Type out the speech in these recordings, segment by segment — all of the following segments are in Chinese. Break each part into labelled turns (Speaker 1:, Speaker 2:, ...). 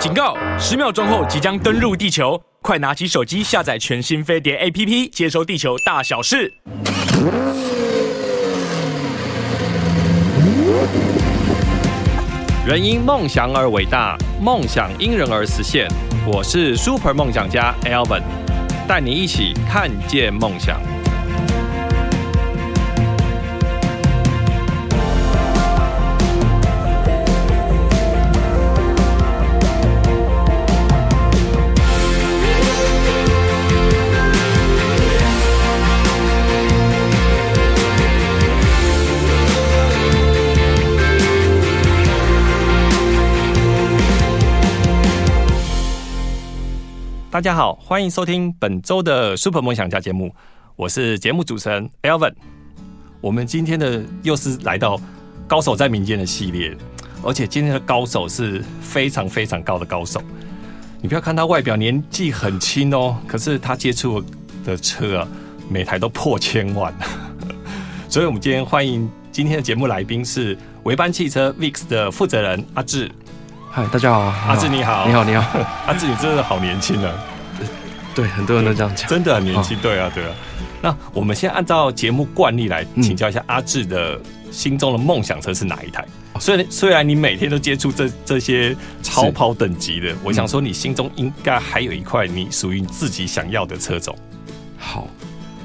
Speaker 1: 警告！十秒钟后即将登陆地球，快拿起手机下载全新飞碟 APP，接收地球大小事。
Speaker 2: 人因梦想而伟大，梦想因人而实现。我是 Super 梦想家 Alvin，带你一起看见梦想。大家好，欢迎收听本周的 Super 梦想家节目，我是节目主持人 Alvin。我们今天的又是来到高手在民间的系列，而且今天的高手是非常非常高的高手。你不要看他外表年纪很轻哦，可是他接触的车啊，每台都破千万。 所以我们今天欢迎今天的节目来宾是维班汽车 VIX 的负责人阿志。
Speaker 3: 嗨，大家好，
Speaker 2: 阿志你好
Speaker 3: 你好，你好，
Speaker 2: 阿志，你真的好年轻啊！
Speaker 3: 对，很多人都这样 讲。
Speaker 2: 真的很年轻，对啊，对啊。那我们先按照节目惯例来请教一下阿志的心中的梦想车是哪一台？虽然虽然你每天都接触这这些超跑等级的，我想说你心中应该还有一块你属于你自己想要的车种
Speaker 3: 好，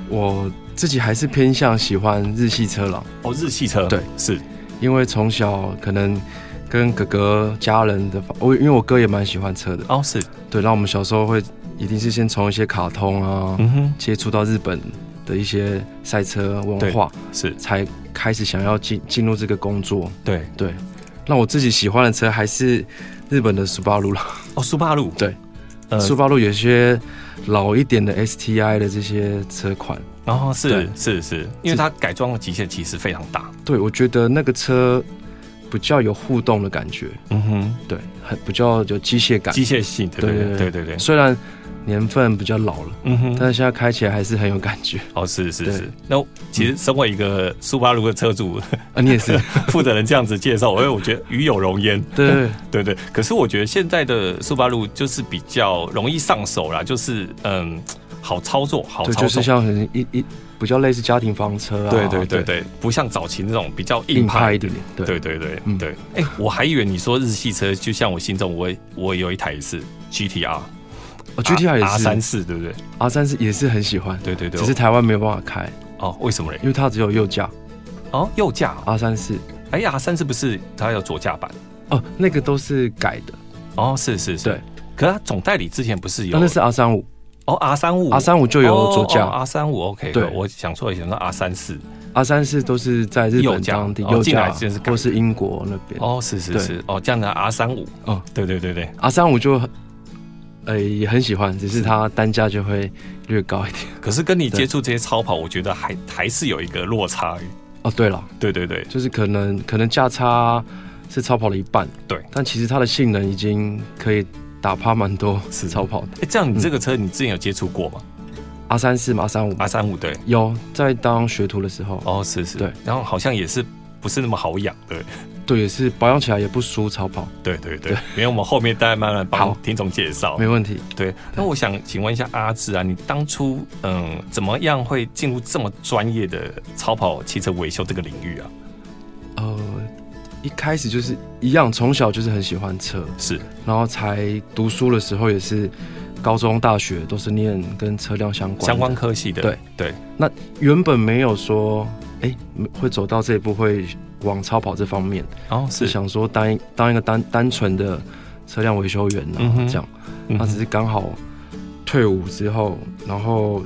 Speaker 3: 我自己还是偏向喜欢日系车啦，
Speaker 2: 哦，日系车
Speaker 3: 对
Speaker 2: 是
Speaker 3: 因为从小可能跟哥哥家人的，我因为我哥也蛮喜欢车的，
Speaker 2: 哦是
Speaker 3: 对，那我们小时候会一定是先从一些卡通啊，
Speaker 2: 嗯哼
Speaker 3: 接触到日本的一些赛车
Speaker 2: 对
Speaker 3: 文化，
Speaker 2: 是
Speaker 3: 才开始想要进进入这个工作。
Speaker 2: 对
Speaker 3: 对，那我自己喜欢的车还是日本的 Subaru 啦。
Speaker 2: 哦苏巴路
Speaker 3: 对，
Speaker 2: 呃
Speaker 3: 速八路有些老一点的 STI 的这些车款，
Speaker 2: 然后哦是
Speaker 3: 对
Speaker 2: 是是，因为它改装的极限其实非常大，
Speaker 3: 对我觉得那个车比较有互动的感觉，
Speaker 2: 嗯哼，
Speaker 3: 对，很比较有机械感。
Speaker 2: 机械性对对对
Speaker 3: 对
Speaker 2: 对
Speaker 3: 对
Speaker 2: 对对，
Speaker 3: 虽然年份比较老了，
Speaker 2: 嗯哼
Speaker 3: 但是现在开起来还是很有感 觉。
Speaker 2: 哦，是是
Speaker 3: 对嗯
Speaker 2: 是。那其实身为一个苏巴鲁的车主
Speaker 3: 啊，你也是，
Speaker 2: 负责人这样子介绍，因为我觉得与有容焉，
Speaker 3: 对对
Speaker 2: 对对。可是我觉得现在的苏巴鲁就是比较容易上手啦，就是嗯，好操作，好
Speaker 3: 对，
Speaker 2: 操
Speaker 3: 就是
Speaker 2: 作。
Speaker 3: 像很一一比较类似家庭房车啊，
Speaker 2: 对对对对，不像早期那种比较硬
Speaker 3: 硬派
Speaker 2: 派
Speaker 3: 一。点，对
Speaker 2: 对对对
Speaker 3: 嗯
Speaker 2: 对，哎、我还以为你说日系车，就像我心中我我有一台是 GTR，GTR
Speaker 3: 哦，GTR 也
Speaker 2: R
Speaker 3: 是
Speaker 2: 三四，对不对？
Speaker 3: ，R 三是也是很喜欢，
Speaker 2: 对对对，
Speaker 3: 只是台湾没有办法开，
Speaker 2: 哦，为什么嘞？
Speaker 3: 因为它只有右架
Speaker 2: 哦，右驾啊，
Speaker 3: ，R 三是
Speaker 2: 哎，R 三四不是它有左驾版？
Speaker 3: 哦，那个都是改的，
Speaker 2: 哦，是是是，
Speaker 3: 对，
Speaker 2: 可是他总代理之前不是有
Speaker 3: 但那是 R 三五
Speaker 2: 哦 R 三五哦
Speaker 3: ，R 三五就有左架，
Speaker 2: R 三五 OK，
Speaker 3: 对
Speaker 2: 我想错了，想说 R 三四
Speaker 3: 阿三是都是在日
Speaker 2: 右
Speaker 3: 本
Speaker 2: 驾
Speaker 3: 当地
Speaker 2: 哦
Speaker 3: 右
Speaker 2: 进来
Speaker 3: 驾，
Speaker 2: 就是改
Speaker 3: 或是英国那边。
Speaker 2: 哦，是是
Speaker 3: 对
Speaker 2: 是哦，这样的 R 三五
Speaker 3: 哦，
Speaker 2: 对对对对，
Speaker 3: 阿三我就很呃也很喜欢，只是它单价就会略高一 点。
Speaker 2: 可是跟你
Speaker 3: 对
Speaker 2: 接触这些超跑，我觉得还还是有一个落差，
Speaker 3: 哦，对了，
Speaker 2: 对对对
Speaker 3: 就是可能可能价差是超跑的一半，
Speaker 2: 对
Speaker 3: 但其实它的性能已经可以打趴蛮多
Speaker 2: 是
Speaker 3: 超跑的。
Speaker 2: 哎，这样你这个车你之前有接触过吗
Speaker 3: 阿三四嘛，阿三五
Speaker 2: ？R 三五对，
Speaker 3: 有在当学徒的时候，
Speaker 2: 哦是是，
Speaker 3: 对，
Speaker 2: 然后好像也是不是那么好养的，
Speaker 3: 对，也是保养起来也不输超跑，
Speaker 2: 对对对，因为我们后面大家慢慢帮
Speaker 3: 好
Speaker 2: 听众介绍
Speaker 3: 没，问题。
Speaker 2: 对，那我想请问一下阿志啊，你当初嗯怎么样会进入这么专业的超跑汽车维修这个领域啊？
Speaker 3: 呃，一开始就是一样，从小就是很喜欢车，
Speaker 2: 是
Speaker 3: 然后才读书的时候也是高中、大学都是念跟车辆相关的
Speaker 2: 相关。科系的，
Speaker 3: 对
Speaker 2: 对，
Speaker 3: 原本没有说，哎、会走到这一步，会往超跑这方面，
Speaker 2: 哦
Speaker 3: 是
Speaker 2: 是，
Speaker 3: 想说当一当一个单单纯的车辆维修员啊，
Speaker 2: 嗯哼
Speaker 3: 这样。
Speaker 2: 嗯
Speaker 3: 那只是刚好退伍之后，然后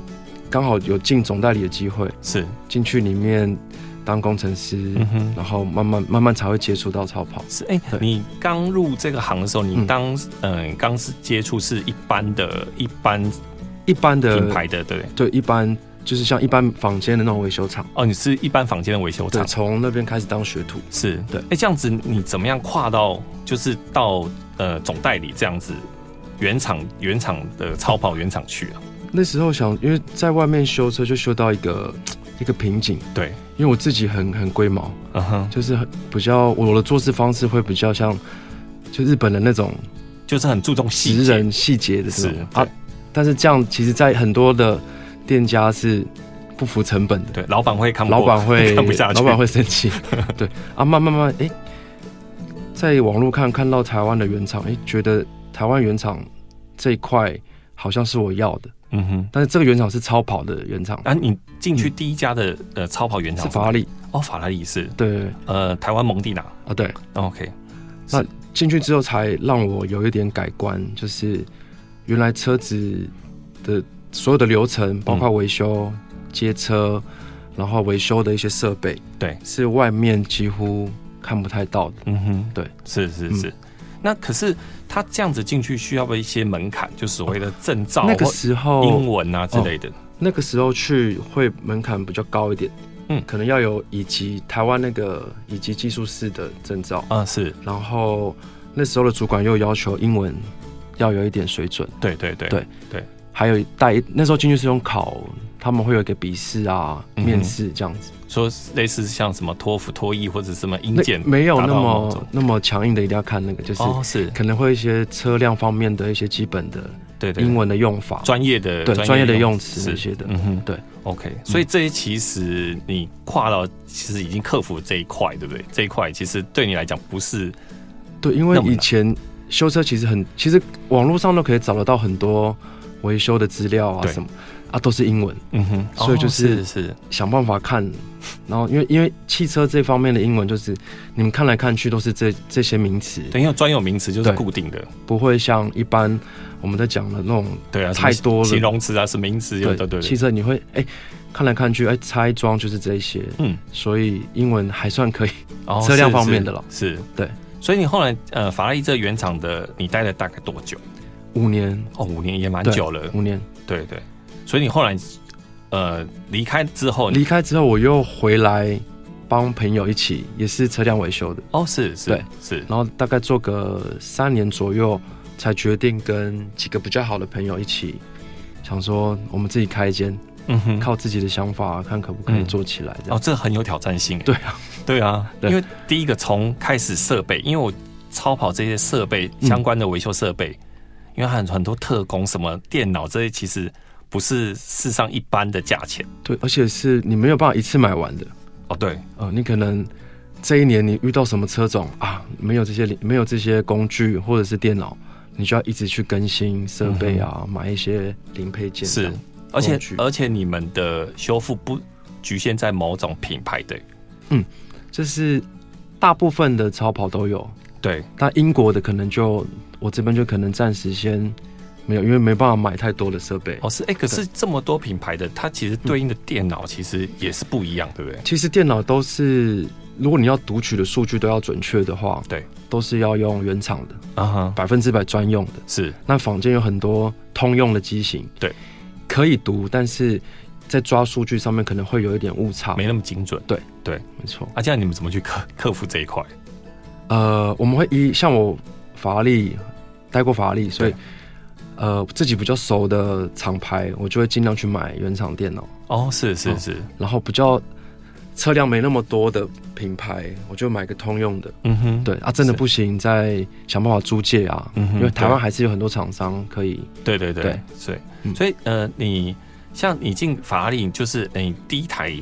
Speaker 3: 刚好有进总代理的机会，
Speaker 2: 是，
Speaker 3: 进去里面当工程师，
Speaker 2: 嗯哼，
Speaker 3: 然后慢慢慢慢才会接触到超跑。
Speaker 2: 是，哎、
Speaker 3: 对
Speaker 2: 你刚入这个行的时候，你
Speaker 3: 嗯
Speaker 2: 当嗯刚是接触是一般的一般
Speaker 3: 一般的
Speaker 2: 品牌的，对，
Speaker 3: 对，一般就是像一般房间的那种维修厂。
Speaker 2: 哦，你是一般房间的维修
Speaker 3: 对，
Speaker 2: 厂，
Speaker 3: 从那边开始当学徒。
Speaker 2: 是，
Speaker 3: 对
Speaker 2: 哎、这样子你怎么样跨到就是到呃总代理这样子原厂原厂的超跑原厂去啊？
Speaker 3: 那时候想，因为在外面修车就修到一个一个瓶颈，
Speaker 2: 对，
Speaker 3: 因为我自己很很龟毛，
Speaker 2: 嗯哼。
Speaker 3: 就是很比较我的做事方式会比较像就日本的那种
Speaker 2: 就是很注重细
Speaker 3: 职
Speaker 2: 节。
Speaker 3: 人细节的这种
Speaker 2: 是
Speaker 3: 啊
Speaker 2: 对。
Speaker 3: 但是这样其实，在很多的店家是不符成本的，
Speaker 2: 对，老板会看不
Speaker 3: 老
Speaker 2: 过
Speaker 3: 板 会
Speaker 2: 看不下去，
Speaker 3: 老板会生 气。对啊，慢慢慢，哎、在网络看看到台湾的原厂，哎、觉得台湾原厂这一块好像是我要的，
Speaker 2: 嗯哼。
Speaker 3: 但是这个原厂是超跑的原厂，
Speaker 2: 啊，你进去第一家的呃超跑原厂
Speaker 3: 嗯是法拉利，
Speaker 2: 哦，法拉利是
Speaker 3: 对
Speaker 2: 呃台湾蒙地拿哦
Speaker 3: 啊，对。
Speaker 2: ，OK，
Speaker 3: 进去之后才让我有一点改观，就是原来车子的所有的流程，包括维修、接车，然后维修的一些设备，
Speaker 2: 对，
Speaker 3: 是外面几乎看不太到的。
Speaker 2: 嗯哼，
Speaker 3: 对，
Speaker 2: 是是
Speaker 3: 嗯
Speaker 2: 是。那可是他这样子进去需要不要一些门槛，就所谓的证照
Speaker 3: 那个
Speaker 2: 或
Speaker 3: 时
Speaker 2: 英
Speaker 3: 候，哦
Speaker 2: 文啊之类的。
Speaker 3: 那个时候去会门槛比较高一点，
Speaker 2: 嗯
Speaker 3: 可能要有以及台湾那个以及技术师的证照，
Speaker 2: 啊，是
Speaker 3: 然后那时候的主管又要求英文要有一点水准。
Speaker 2: 对对对
Speaker 3: 对还有带那时候进去是用考，他们会有一个笔试啊、
Speaker 2: 嗯哼
Speaker 3: 面试这样子，
Speaker 2: 说类似像什么托福、托译或者什么英
Speaker 3: 那
Speaker 2: 检，
Speaker 3: 没有那
Speaker 2: 达到某
Speaker 3: 么
Speaker 2: 种
Speaker 3: 那么强硬的，一定要看那个，就是
Speaker 2: 哦，是
Speaker 3: 可能会一些车辆方面的一些基本的
Speaker 2: 对对
Speaker 3: 英文的用法，
Speaker 2: 专业的
Speaker 3: 对专业的用
Speaker 2: 是
Speaker 3: 词那些的。
Speaker 2: 嗯哼，
Speaker 3: 对嗯
Speaker 2: ，OK，所以这些其实你跨到，其实已经克服这一块，对不对？这一块其实对你来讲不是，
Speaker 3: 对，因为
Speaker 2: 那么难
Speaker 3: 以前修车其实很，其实网络上都可以找得到很多维修的资料啊
Speaker 2: 对
Speaker 3: 什么啊，都是英文，
Speaker 2: 嗯哼，
Speaker 3: 所以就
Speaker 2: 哦
Speaker 3: 是
Speaker 2: 是是
Speaker 3: 想办法看。然后因为因为汽车这方面的英文就是你们看来看去都是这这些名词，
Speaker 2: 对，因为专有名词就是
Speaker 3: 对
Speaker 2: 固定的，
Speaker 3: 不会像一般我们在讲的那种
Speaker 2: 对啊，什
Speaker 3: 太
Speaker 2: 么
Speaker 3: 多了
Speaker 2: 形容词啊，是名词，对对对，
Speaker 3: 汽车你会哎、看来看去哎、拆装就是这一些，
Speaker 2: 嗯，
Speaker 3: 所以英文还算可以。
Speaker 2: 哦
Speaker 3: 嗯车辆
Speaker 2: 是
Speaker 3: 方面的了
Speaker 2: 是是
Speaker 3: 对。
Speaker 2: 所以你后来呃，法拉利这个原厂的，你待了大概多久？
Speaker 3: 五年，
Speaker 2: 哦，五年也蛮
Speaker 3: 对嗯
Speaker 2: 久了，
Speaker 3: 五年
Speaker 2: 对对。所以你后来呃离开之后，
Speaker 3: 离开之后，我又回来帮朋友一起，也是车辆维修的，
Speaker 2: 哦是是
Speaker 3: 对
Speaker 2: 是
Speaker 3: 然后大概做个三年左右，才决定跟几个比较好的朋友一起，想说我们自己开一间，
Speaker 2: 嗯哼，
Speaker 3: 靠自己的想法看可不可以
Speaker 2: 嗯
Speaker 3: 做起来这
Speaker 2: 哦
Speaker 3: 样。
Speaker 2: 这很有挑战性，欸
Speaker 3: 对啊，
Speaker 2: 对啊，
Speaker 3: 对
Speaker 2: 因为第一个从开始设备，因为我超跑这些设备
Speaker 3: 嗯
Speaker 2: 相关的维修设备，因为很很多特工什么电脑这些，其实不是世上一般的价钱
Speaker 3: 对，而且是你没有办法一次买完的，
Speaker 2: 哦。对，
Speaker 3: 呃，你可能这一年你遇到什么车种啊，没有这些没有这些工具或者是电脑，你就要一直去更新设备啊，买一些零配件这
Speaker 2: 嗯是
Speaker 3: 样。，
Speaker 2: 而且
Speaker 3: 工具
Speaker 2: 而且你们的修复不局限在某种品牌，对
Speaker 3: 就是大部分的超跑都有，
Speaker 2: 对，
Speaker 3: 但英国的可能就我这边就可能暂时先没有，因为没办法买太多的设备。
Speaker 2: 哦是哎、可是这么多品牌的，它其实对应的电脑其实也是不一样，对不对？
Speaker 3: 其实电脑都是，如果你要读取的数据都要准确的话，
Speaker 2: 对，
Speaker 3: 都是要用原厂的，
Speaker 2: 啊哈，
Speaker 3: 百分之百专用的。
Speaker 2: 是
Speaker 3: 那坊间有很多通用的机型，
Speaker 2: 对，
Speaker 3: 可以读，但是在抓数据上面可能会有一点误差，
Speaker 2: 没那么精准
Speaker 3: 没错。
Speaker 2: 啊。这样你们怎么去克克服这一块？
Speaker 3: 呃，我们会依像我法拉利待过法拉利，所以
Speaker 2: 对
Speaker 3: 呃自己比较熟的厂牌，我就会尽量去买原厂电脑，
Speaker 2: 哦，是是
Speaker 3: 哦
Speaker 2: 是，
Speaker 3: 然后比较车辆没那么多的品牌，我就买个通用的。
Speaker 2: 嗯哼，
Speaker 3: 对啊，真的
Speaker 2: 是
Speaker 3: 不行，再想办法租借啊，
Speaker 2: 嗯哼
Speaker 3: 因为台湾
Speaker 2: 对
Speaker 3: 还是有很多厂商可以。
Speaker 2: 对对对
Speaker 3: 对
Speaker 2: 所以、
Speaker 3: 嗯
Speaker 2: 所以呃，你像你进法拉利，就是呃你第一台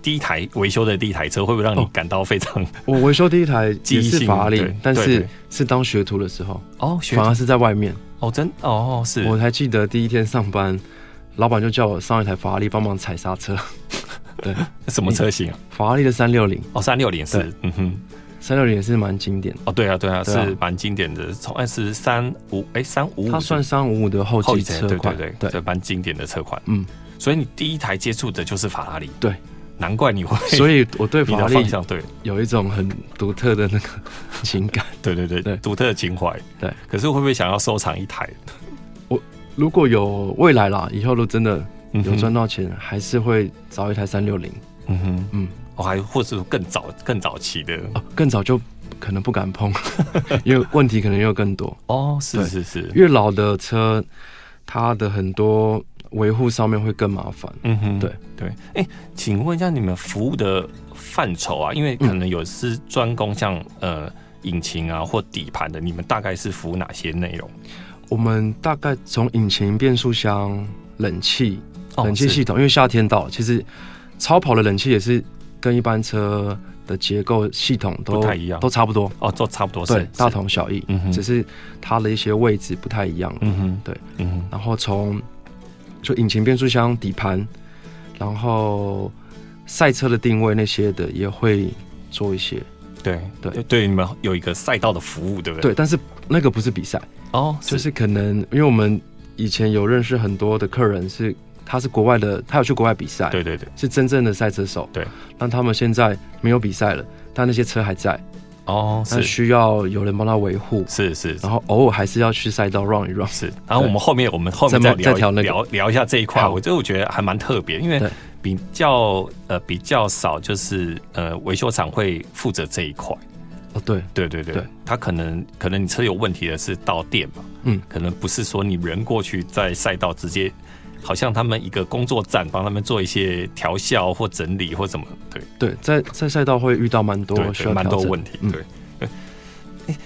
Speaker 2: 第一台维修的第一台车，会不会让你
Speaker 3: 哦
Speaker 2: 感到非常、
Speaker 3: 我维修第一台
Speaker 2: 记
Speaker 3: 也
Speaker 2: 忆
Speaker 3: 是
Speaker 2: 性
Speaker 3: 法拉利
Speaker 2: 对，
Speaker 3: 但
Speaker 2: 对
Speaker 3: 是
Speaker 2: 对
Speaker 3: 是当学徒的时候，
Speaker 2: 哦学
Speaker 3: 反而是在外面。
Speaker 2: 哦真哦是
Speaker 3: 我还记得第一天上班，老板就叫我上一台法拉利帮忙踩刹 车。
Speaker 2: 什么车型啊？
Speaker 3: 法拉利的三六零，
Speaker 2: 哦，三六零是
Speaker 3: 对
Speaker 2: 嗯哼。
Speaker 3: 三六零也是蛮经典的，
Speaker 2: 哦，对啊，对啊，
Speaker 3: 对啊
Speaker 2: 是蛮经典的，从二十三五，哎，三五五，
Speaker 3: 它算三五五的后
Speaker 2: 后
Speaker 3: 继
Speaker 2: 一台，
Speaker 3: 车
Speaker 2: 对
Speaker 3: 款。
Speaker 2: 对对，这蛮经典的车款。
Speaker 3: 嗯，
Speaker 2: 所以你第一台接触的就是法拉利，
Speaker 3: 对，
Speaker 2: 难怪你会，
Speaker 3: 所以我对
Speaker 2: 你
Speaker 3: 法拉
Speaker 2: 的
Speaker 3: 利
Speaker 2: 方向对，
Speaker 3: 有一种很独特的那个情感。
Speaker 2: 对对对，
Speaker 3: 对
Speaker 2: 独特的情怀。
Speaker 3: 对，
Speaker 2: 可是会不会想要收藏一台？
Speaker 3: 如果有未来啦，以后都真的
Speaker 2: 嗯
Speaker 3: 有
Speaker 2: 哼
Speaker 3: 赚到钱，还是会找一台三六零
Speaker 2: 嗯哼，嗯
Speaker 3: 嗯，
Speaker 2: 我、还或者更早更早期的
Speaker 3: 啊，更早就可能不敢碰， 因为问题可能又更多。
Speaker 2: 哦，是
Speaker 3: 对
Speaker 2: 是是，
Speaker 3: 越老的车，它的很多维护上面会更麻烦。
Speaker 2: 嗯哼，
Speaker 3: 对
Speaker 2: 对，哎、请问一下你们服务的范畴啊，因为可能有是专攻像呃引擎啊或底盘的，你们大概是服务哪些内容？
Speaker 3: 我们大概从引擎、变速箱、冷气、
Speaker 2: 哦
Speaker 3: 冷气
Speaker 2: 是
Speaker 3: 系统，因为夏天到了，其实超跑的冷气也是跟一般车的结构系统都
Speaker 2: 不太一样
Speaker 3: 都差不多，
Speaker 2: 哦，都差不多是
Speaker 3: 对，大
Speaker 2: 是
Speaker 3: 同小异，
Speaker 2: 嗯哼
Speaker 3: 只是它的一些位置不太一样。
Speaker 2: 嗯哼，
Speaker 3: 对，
Speaker 2: 嗯哼，
Speaker 3: 然后从就引擎、变速箱、底盘，然后赛车的定位那些的也会做一些，
Speaker 2: 对
Speaker 3: 对
Speaker 2: 对对，你们有一个赛道的服务，对不对？
Speaker 3: 对，但是那个不是比赛。
Speaker 2: 哦，
Speaker 3: 就是可能因为我们以前有认识很多的客人是，他是国外的，他有去国外比赛，
Speaker 2: 对对对，
Speaker 3: 是真正的赛车手，
Speaker 2: 对。
Speaker 3: 但他们现在没有比赛了，但那些车还在，
Speaker 2: 哦
Speaker 3: 但
Speaker 2: 是
Speaker 3: 需要有人帮他维护，
Speaker 2: 是是
Speaker 3: 然后偶尔还是要去赛道 run 一 run。
Speaker 2: 是，然后我们后面我们后面
Speaker 3: 再
Speaker 2: 再
Speaker 3: 慢
Speaker 2: 聊
Speaker 3: 再调那个
Speaker 2: 聊聊一下这一块，
Speaker 3: 好
Speaker 2: 我就我觉得还蛮特别，因为
Speaker 3: 对
Speaker 2: 比较呃比较少，就是呃维修厂会负责这一块。
Speaker 3: 哦，对，
Speaker 2: 对对对，
Speaker 3: 对
Speaker 2: 他可能可能你车有问题的是到店嘛，
Speaker 3: 嗯，
Speaker 2: 可能不是说你人过去在赛道直接，好像他们一个工作站帮他们做一些调校或整理或怎么，对
Speaker 3: 对，在在赛道会遇到蛮
Speaker 2: 对
Speaker 3: 多需
Speaker 2: 对，
Speaker 3: 要
Speaker 2: 蛮
Speaker 3: 调
Speaker 2: 多
Speaker 3: 整
Speaker 2: 问题，
Speaker 3: 嗯
Speaker 2: 对 对。诶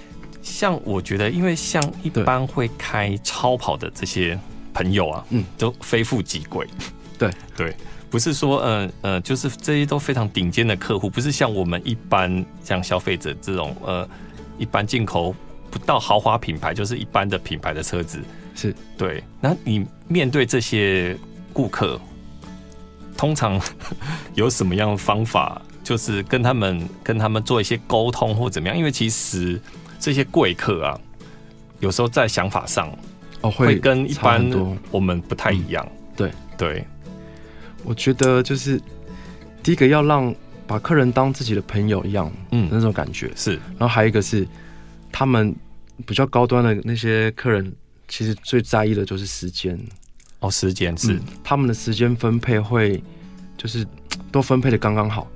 Speaker 2: 像我觉得，因为像一
Speaker 3: 对
Speaker 2: 般会开超跑的这些朋友啊，
Speaker 3: 嗯，
Speaker 2: 都非富即贵，
Speaker 3: 对
Speaker 2: 对，不是说呃呃，就是这些都非常顶尖的客户，不是像我们一般像消费者这种呃一般进口不到豪华品牌，就是一般的品牌的车子。
Speaker 3: 是
Speaker 2: 对，那你面对这些顾客，通常有什么样的方法？就是跟他们跟他们做一些沟通或怎么样？因为其实这些贵客啊，有时候在想法上
Speaker 3: 哦，
Speaker 2: 会跟一
Speaker 3: 差
Speaker 2: 般
Speaker 3: 很多。
Speaker 2: 我们不太一样。
Speaker 3: 对
Speaker 2: 对，
Speaker 3: 我觉得就是第一个要让把客人当自己的朋友一样的
Speaker 2: 嗯，
Speaker 3: 那种感觉，
Speaker 2: 是
Speaker 3: 然后还有一个是，他们比较高端的那些客人，其实最在意的就是时间，
Speaker 2: 哦，时间是、
Speaker 3: 嗯他们的时间分配会就是嘖都分配的刚刚好，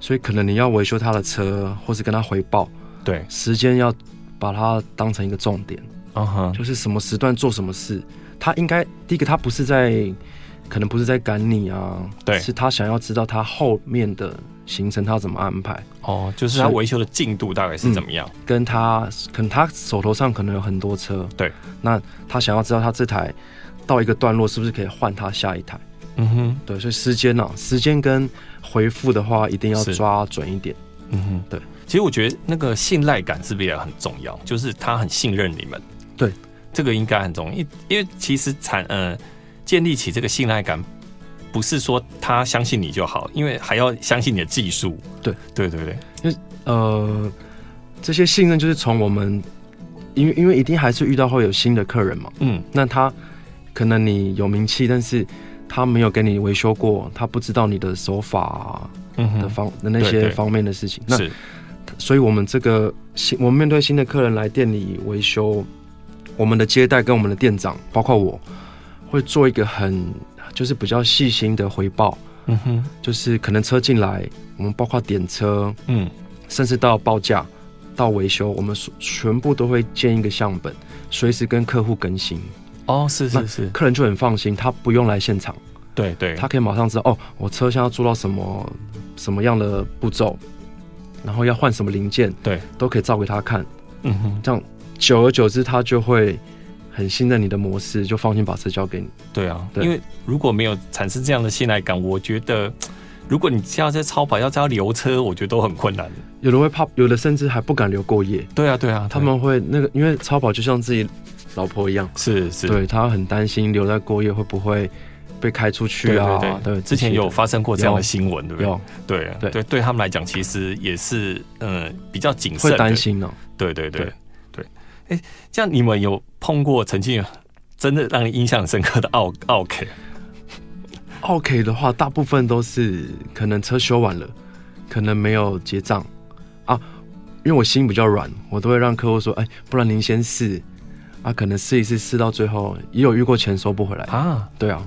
Speaker 3: 所以可能你要维修他的车，或是跟他回报，
Speaker 2: 对，
Speaker 3: 时间要把它当成一个重点，
Speaker 2: 嗯哼，
Speaker 3: 就是什么时段做什么事，他应该第一个他不是在。可能不是在赶你啊，
Speaker 2: 对
Speaker 3: 是他想要知道他后面的行程他怎么安排，
Speaker 2: 哦，就是他
Speaker 3: 所以
Speaker 2: 维修的进度大概是怎么样？
Speaker 3: 跟他可能他手头上可能有很多车，
Speaker 2: 对，
Speaker 3: 那他想要知道他这台到一个段落是不是可以换他下一台，
Speaker 2: 嗯哼，
Speaker 3: 对，所以时间啊，时间跟回复的话一定要
Speaker 2: 是
Speaker 3: 抓准一点，
Speaker 2: 嗯哼，
Speaker 3: 对。
Speaker 2: 其实我觉得那个信赖感是不是也很重要？就是他很信任你们，
Speaker 3: 对，
Speaker 2: 这个应该很重要。因因为其实产呃建立起这个信赖感，不是说他相信你就好，因为还要相信你的技术。
Speaker 3: 对，
Speaker 2: 对对对，
Speaker 3: 呃，这些信任就是从我们，因为因为一定还是遇到会有新的客人嘛，
Speaker 2: 嗯，
Speaker 3: 那他可能你有名气，但是他没有跟你维修过，他不知道你的手法啊
Speaker 2: 嗯
Speaker 3: 的
Speaker 2: 哼，
Speaker 3: 方、的那
Speaker 2: 对对
Speaker 3: 些方面的事情，那
Speaker 2: 是，
Speaker 3: 所以我们这个新，我们面对新的客人来店里维修，我们的接待跟我们的店长，包括我，会做一个很就是比较细心的回报，
Speaker 2: 嗯哼，
Speaker 3: 就是可能车进来，我们包括点车，
Speaker 2: 嗯，
Speaker 3: 甚至到报价、到维修，我们所全部都会建一个样本，随时跟客户更新，
Speaker 2: 哦，是
Speaker 3: 那
Speaker 2: 是是，
Speaker 3: 客人就很放心，他不用来现场，
Speaker 2: 对对，
Speaker 3: 他可以马上知道哦，我车现在要做到什么什么样的步骤，然后要换什么零件，
Speaker 2: 对，
Speaker 3: 都可以照给他看。
Speaker 2: 嗯哼。
Speaker 3: 这样久而久之，他就会很信任你的模式，就放心把车交给你。
Speaker 2: 对啊，
Speaker 3: 对
Speaker 2: 因为如果没有产生这样的信赖感，我觉得如果你要在超跑，要在留车，我觉得都很困难。
Speaker 3: 有的会怕，有的甚至还不敢留过夜，
Speaker 2: 对啊，对啊，
Speaker 3: 他们会那个，因为超跑就像自己老婆一样，
Speaker 2: 是是，
Speaker 3: 对他很担心留在过夜会不会被开出去啊？
Speaker 2: 对对
Speaker 3: 对，
Speaker 2: 之前
Speaker 3: 这些的
Speaker 2: 有发生过这样的
Speaker 3: 有
Speaker 2: 新闻，对不对？
Speaker 3: 有
Speaker 2: 对啊
Speaker 3: 对
Speaker 2: 对，对他们来讲，其实也是嗯比较谨慎，
Speaker 3: 会担。心哦呢、
Speaker 2: 对对对
Speaker 3: 对
Speaker 2: 对，哎，这样你们有碰过曾经真的让你印象深刻的奥奥 K？
Speaker 3: OK 的话，大部分都是可能车修完了，可能没有结账啊，因为我心比较软，我都会让客户说，哎，不然您先试啊，可能试一试，试到最后也有遇过钱收不回来，
Speaker 2: 啊？
Speaker 3: 对啊，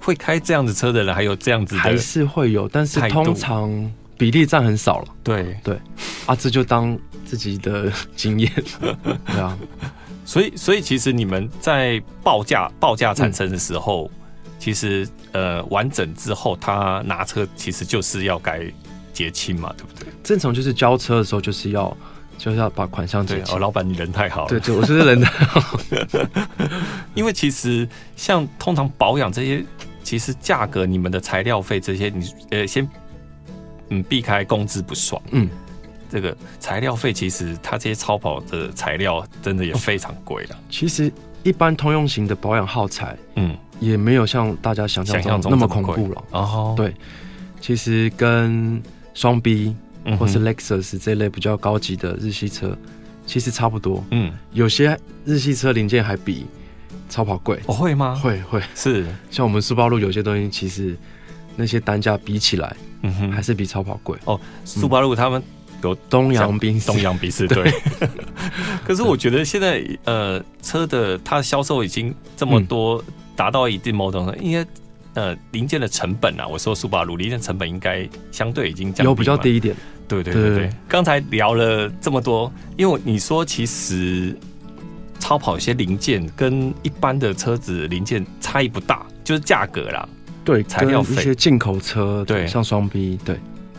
Speaker 2: 会开这样子车的人，还有这样子
Speaker 3: 还
Speaker 2: 的，
Speaker 3: 是会有，但是
Speaker 2: 态度
Speaker 3: 通常比例占很少了
Speaker 2: 对，
Speaker 3: 啊，这就当自己的 经验，对啊，
Speaker 2: 所以，所以其实你们在报价报
Speaker 3: 嗯
Speaker 2: 价产生的时候，其实呃完整之后，他拿车其实就是要该结清嘛，对不对？
Speaker 3: 正常就是交车的时候就是要就是要把款项
Speaker 2: 对
Speaker 3: 结
Speaker 2: 哦，
Speaker 3: 清。
Speaker 2: 老板你人太好了。
Speaker 3: 对对，我就是人的，
Speaker 2: 因为其实像通常保养这些，其实价格、你们的材料费这些，你呃先嗯避开工资不爽，
Speaker 3: 嗯，
Speaker 2: 这个材料费其实它这些超跑的材料真的也非常贵了，
Speaker 3: 其实一般通用型的保养耗材
Speaker 2: 嗯，
Speaker 3: 也没有像大家想象
Speaker 2: 想象中
Speaker 3: 中那么
Speaker 2: 这么
Speaker 3: 恐
Speaker 2: 贵
Speaker 3: 怖了。
Speaker 2: 然后
Speaker 3: 对其实跟双 B
Speaker 2: 嗯
Speaker 3: 或是
Speaker 2: 哼
Speaker 3: Lexus 这类比较高级的日系车，其实差不多。
Speaker 2: 嗯，
Speaker 3: 有些日系车零件还比超跑贵，
Speaker 2: 我会吗？
Speaker 3: 哦会会。
Speaker 2: 是，
Speaker 3: 像我们书包路有些东西，其实那些单价比起来
Speaker 2: 嗯
Speaker 3: 还
Speaker 2: 哼，
Speaker 3: 是比超跑贵。
Speaker 2: 苏巴路他们
Speaker 3: 东洋兵
Speaker 2: 东
Speaker 3: 洋
Speaker 2: 洋比是对。 可是我觉得现在呃，车的它的销售已经这么多，达到一定某种程度应该呃零件的成本啊，我说苏巴鲁零件成本应该相对已经降低
Speaker 3: 有比较
Speaker 2: 嘛。
Speaker 3: 低一点，
Speaker 2: 对对
Speaker 3: 对
Speaker 2: 对
Speaker 3: 对
Speaker 2: 对
Speaker 3: 对。
Speaker 2: 刚才聊了这么多，因为你说其实超跑一些零件跟一般的车子零件差异不大，就是价格啦。
Speaker 3: 对，
Speaker 2: 材料
Speaker 3: 跟一
Speaker 2: 费
Speaker 3: 些进口车，
Speaker 2: 对
Speaker 3: 像双 B，对，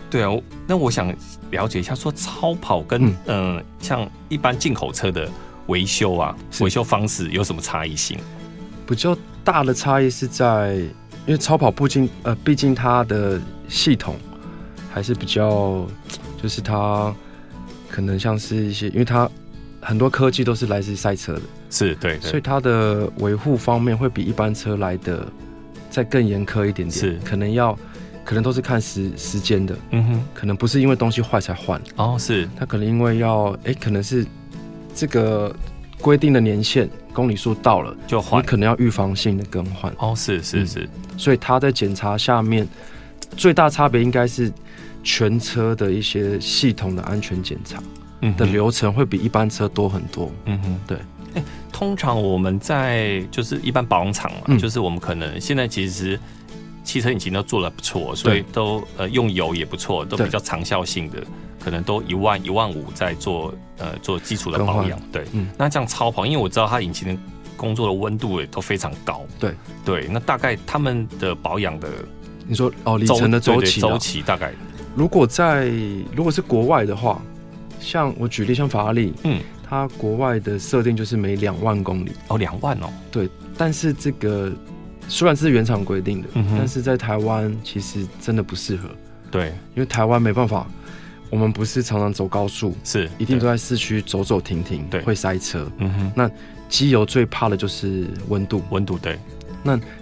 Speaker 2: 对啊，我那我想了解一下，说超跑跟嗯、呃像一般进口车的维修啊，
Speaker 3: 是
Speaker 2: 维修方式有什么差异性？
Speaker 3: 比较大的差异是在，因为超跑毕竟呃，毕竟它的系统还是比较，就是它可能像是一些，因为它很多科技都是来自赛车的，
Speaker 2: 是对
Speaker 3: 所以
Speaker 2: 对，
Speaker 3: 它的维护方面会比一般车来的再更严苛一点点，
Speaker 2: 是
Speaker 3: 可能要可能都是看时时间的，
Speaker 2: 嗯哼，
Speaker 3: 可能不是因为东西坏才换，
Speaker 2: 哦是，
Speaker 3: 它可能因为要哎、可能是这个规定的年限公里数到了，
Speaker 2: 就
Speaker 3: 你
Speaker 2: 换
Speaker 3: 可能要预防性的更换，
Speaker 2: 哦是是
Speaker 3: 嗯
Speaker 2: 是，
Speaker 3: 所以它在检查下面最大差别应该是全车的一些系统的安全检查
Speaker 2: 嗯
Speaker 3: 的
Speaker 2: 哼
Speaker 3: 流程会比一般车多很多，
Speaker 2: 嗯哼，
Speaker 3: 对
Speaker 2: 哎、通常我们在就是一般保养厂嘛，
Speaker 3: 嗯
Speaker 2: 就是我们可能现在其实汽车引擎都做的不错，所以都呃用油也不错，都
Speaker 3: 对
Speaker 2: 比较长效性的，可能都一万一万五在做呃做基础的
Speaker 3: 更换
Speaker 2: 保养。对，
Speaker 3: 嗯
Speaker 2: 那这样超跑，因为我知道它引擎的工作的温度也都非常高。
Speaker 3: 对
Speaker 2: 对，那大概他们的保养的
Speaker 3: 你说哦，里
Speaker 2: 周
Speaker 3: 程的周
Speaker 2: 对对
Speaker 3: 期啊
Speaker 2: 周期大概
Speaker 3: 如果在如果是国外的话，像我举例像法拉利，
Speaker 2: 嗯，
Speaker 3: 它国外的设定就是每两万公里，
Speaker 2: 哦两万哦，
Speaker 3: 但是这个虽然是原厂规定的，
Speaker 2: 嗯哼
Speaker 3: 但是在台湾其实真的不适合，
Speaker 2: 对，
Speaker 3: 因为台湾没办法，我们不是常常走高速，
Speaker 2: 是
Speaker 3: 一定都
Speaker 2: 对，
Speaker 3: 在市区走走停停，
Speaker 2: 对
Speaker 3: 会塞车。
Speaker 2: 嗯哼，
Speaker 3: 机油最怕的就是温度，
Speaker 2: 温度对，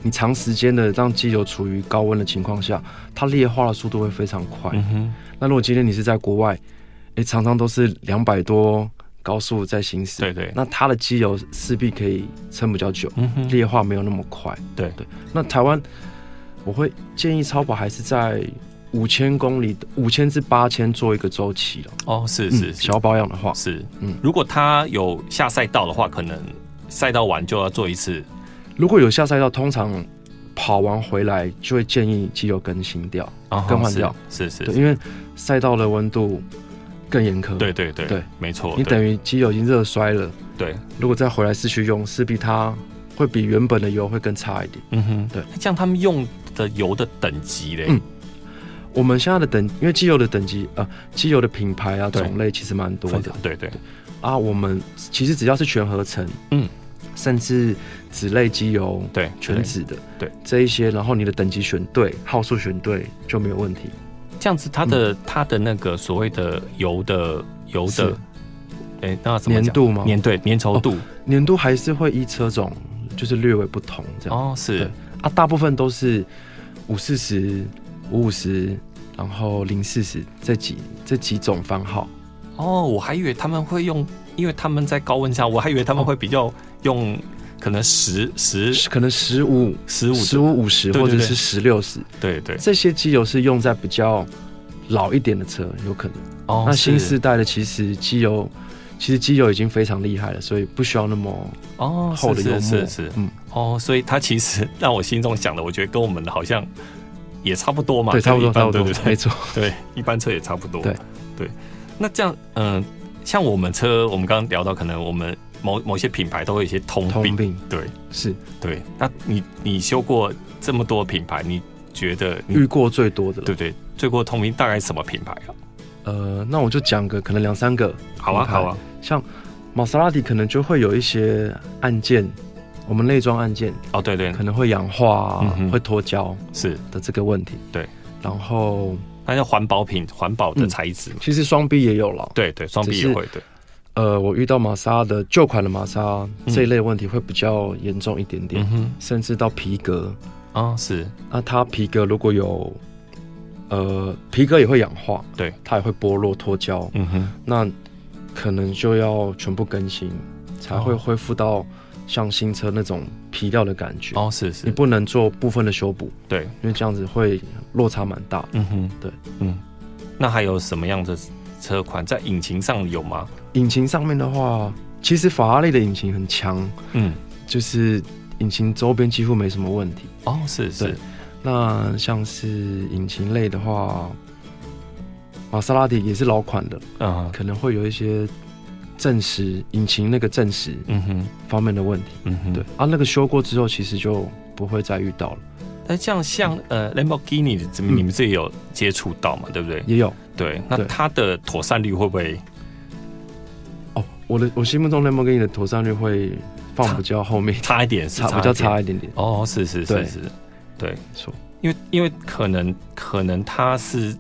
Speaker 3: 你长时间的让机油处于高温的情况下，它裂化的速度会非常快。
Speaker 2: 嗯哼，
Speaker 3: 那如果今天你是在国外，诶、常常都是两百多高速在行驶，
Speaker 2: 对对，
Speaker 3: 那它的机油势必可以撑比较久，
Speaker 2: 嗯哼
Speaker 3: 裂化没有那么快。
Speaker 2: 对
Speaker 3: 对，那台湾我会建议超跑还是在五千公里、五千至八千做一个周期了。
Speaker 2: 哦是是是。
Speaker 3: 嗯小保养的话，
Speaker 2: 是，
Speaker 3: 嗯
Speaker 2: 如果他有下赛道的话，可能赛道完就要做一次，
Speaker 3: 如果有下赛道，通常跑完回来就会建议机油更新掉，啊更换掉
Speaker 2: 啊是，是
Speaker 3: 对，
Speaker 2: 是，
Speaker 3: 因为赛道的温度更严苛。
Speaker 2: 对，对对
Speaker 3: 对，
Speaker 2: 没错，
Speaker 3: 你
Speaker 2: 对
Speaker 3: 等于机油已经热衰了，
Speaker 2: 对，
Speaker 3: 如果再回来市区用，势必它会比原本的油会更差一点。
Speaker 2: 嗯哼，
Speaker 3: 对，
Speaker 2: 这样他们用的油的等级嘞，
Speaker 3: 嗯我们现在的等，因为机油的等级啊，机油的品牌啊
Speaker 2: 对
Speaker 3: 种类其实蛮多
Speaker 2: 分
Speaker 3: 的
Speaker 2: 对对，
Speaker 3: 啊。我们其实只要是全合成，
Speaker 2: 嗯，
Speaker 3: 甚至脂类机油、
Speaker 2: 对，
Speaker 3: 全脂的，
Speaker 2: 对
Speaker 3: 这一些，然后你的等级选对，号数选对就没有问题。
Speaker 2: 这样子，它的它的那个所谓的油的油的
Speaker 3: 嗯是，
Speaker 2: 哎，那怎么
Speaker 3: 年
Speaker 2: 讲？
Speaker 3: 度吗？哦
Speaker 2: 粘对粘稠度
Speaker 3: 年度还是会依车种就是略微不同这样、
Speaker 2: 哦，是
Speaker 3: 对啊，大部分都是五四十、五五十，然后零四十这几这几种番号。
Speaker 2: 哦，我还以为他们会用，因为他们在高温下，我还以为
Speaker 3: 哦
Speaker 2: 他们会比较用可能十十
Speaker 3: 可能十五、
Speaker 2: 十五
Speaker 3: 十五、五十
Speaker 2: 对对
Speaker 3: 或者
Speaker 2: 对
Speaker 3: 是十六十，
Speaker 2: 对对
Speaker 3: 这些机油是用在比较老一点的车，有可能。
Speaker 2: 哦，
Speaker 3: 那新
Speaker 2: 是
Speaker 3: 世代的其实机油，其实机油已经非常厉害了，所以不需要那么
Speaker 2: 哦，
Speaker 3: 厚的油
Speaker 2: 是
Speaker 3: 膜。
Speaker 2: 是是是
Speaker 3: 嗯，
Speaker 2: 哦，所以它其实 让我心中想的，我觉得跟我们的好像也差不多嘛，
Speaker 3: 对，差不多，
Speaker 2: 跟
Speaker 3: 差
Speaker 2: 一般
Speaker 3: 不
Speaker 2: 对，
Speaker 3: 多
Speaker 2: 对
Speaker 3: 没 错。
Speaker 2: 对，对一般车也差不多，
Speaker 3: 对
Speaker 2: 对。那这样，嗯、像我们车，我们刚刚聊到，可能我们某某些品牌都会有一些通病，
Speaker 3: 通病
Speaker 2: 对
Speaker 3: 是
Speaker 2: 对。那你你修过这么多品牌，你觉得你
Speaker 3: 遇过最多的了。
Speaker 2: 对不对？最过通病大概是什么品牌啊？
Speaker 3: 呃，那我就讲个可能两三个，
Speaker 2: 好啊，
Speaker 3: 品牌
Speaker 2: 好啊，
Speaker 3: 像玛莎拉蒂可能就会有一些按键，我们内装按键
Speaker 2: 哦，对对，
Speaker 3: 可能会氧化、
Speaker 2: 嗯
Speaker 3: 啊
Speaker 2: 哼
Speaker 3: 会脱胶
Speaker 2: 是，
Speaker 3: 的这个问题。
Speaker 2: 对，
Speaker 3: 然后
Speaker 2: 那叫环保品，环保的材质嘛，
Speaker 3: 其实双 B 也有了，
Speaker 2: 对对，双臂
Speaker 3: 嗯只
Speaker 2: 也
Speaker 3: 是
Speaker 2: 会，对，
Speaker 3: 呃，我遇到玛莎拉的旧款的玛莎拉
Speaker 2: 嗯
Speaker 3: 这一类问题会比较严重一点点，
Speaker 2: 嗯哼，
Speaker 3: 甚至到皮革。
Speaker 2: 啊，是，
Speaker 3: 那它皮革如果有，呃，皮革也会氧化，
Speaker 2: 对，
Speaker 3: 它也会剥落脱胶，
Speaker 2: 嗯哼，
Speaker 3: 那可能就要全部更新，才会
Speaker 2: 哦
Speaker 3: 恢复到像新车那种皮料的感觉。
Speaker 2: 哦，是
Speaker 3: 你
Speaker 2: 是，
Speaker 3: 不能做部分的修补，
Speaker 2: 对，
Speaker 3: 因为这样子会落差蛮大的。
Speaker 2: 嗯哼，
Speaker 3: 对，
Speaker 2: 嗯，那还有什么样的车款在引擎上有吗？
Speaker 3: 引擎上面的话，其实法拉利的引擎很强，
Speaker 2: 嗯，
Speaker 3: 就是引擎周边几乎没什么问题。
Speaker 2: 哦，是是
Speaker 3: 对，那像是引擎类的话，玛莎拉蒂也是老款的，
Speaker 2: 嗯
Speaker 3: 可能会有一些正时引擎那个正时
Speaker 2: 嗯哼，
Speaker 3: 方面的问题。
Speaker 2: 嗯哼，
Speaker 3: 对。啊，那个修过之后，其实就不会再遇到了。
Speaker 2: 那这样像呃，Lamborghini 的这边
Speaker 3: 嗯
Speaker 2: 你们自己有接触到嘛？对不对？
Speaker 3: 也有
Speaker 2: 对，那
Speaker 3: 对
Speaker 2: 它的妥善率会不会
Speaker 3: 哦，我的我心目中 Lamborghini 的妥善率会放比较后面，
Speaker 2: 差一点？ 是
Speaker 3: 差比较
Speaker 2: 一点
Speaker 3: 差一点点，
Speaker 2: 哦，是是是
Speaker 3: 对
Speaker 2: 是，对，
Speaker 3: 没错。
Speaker 2: 因为因为可能可能它是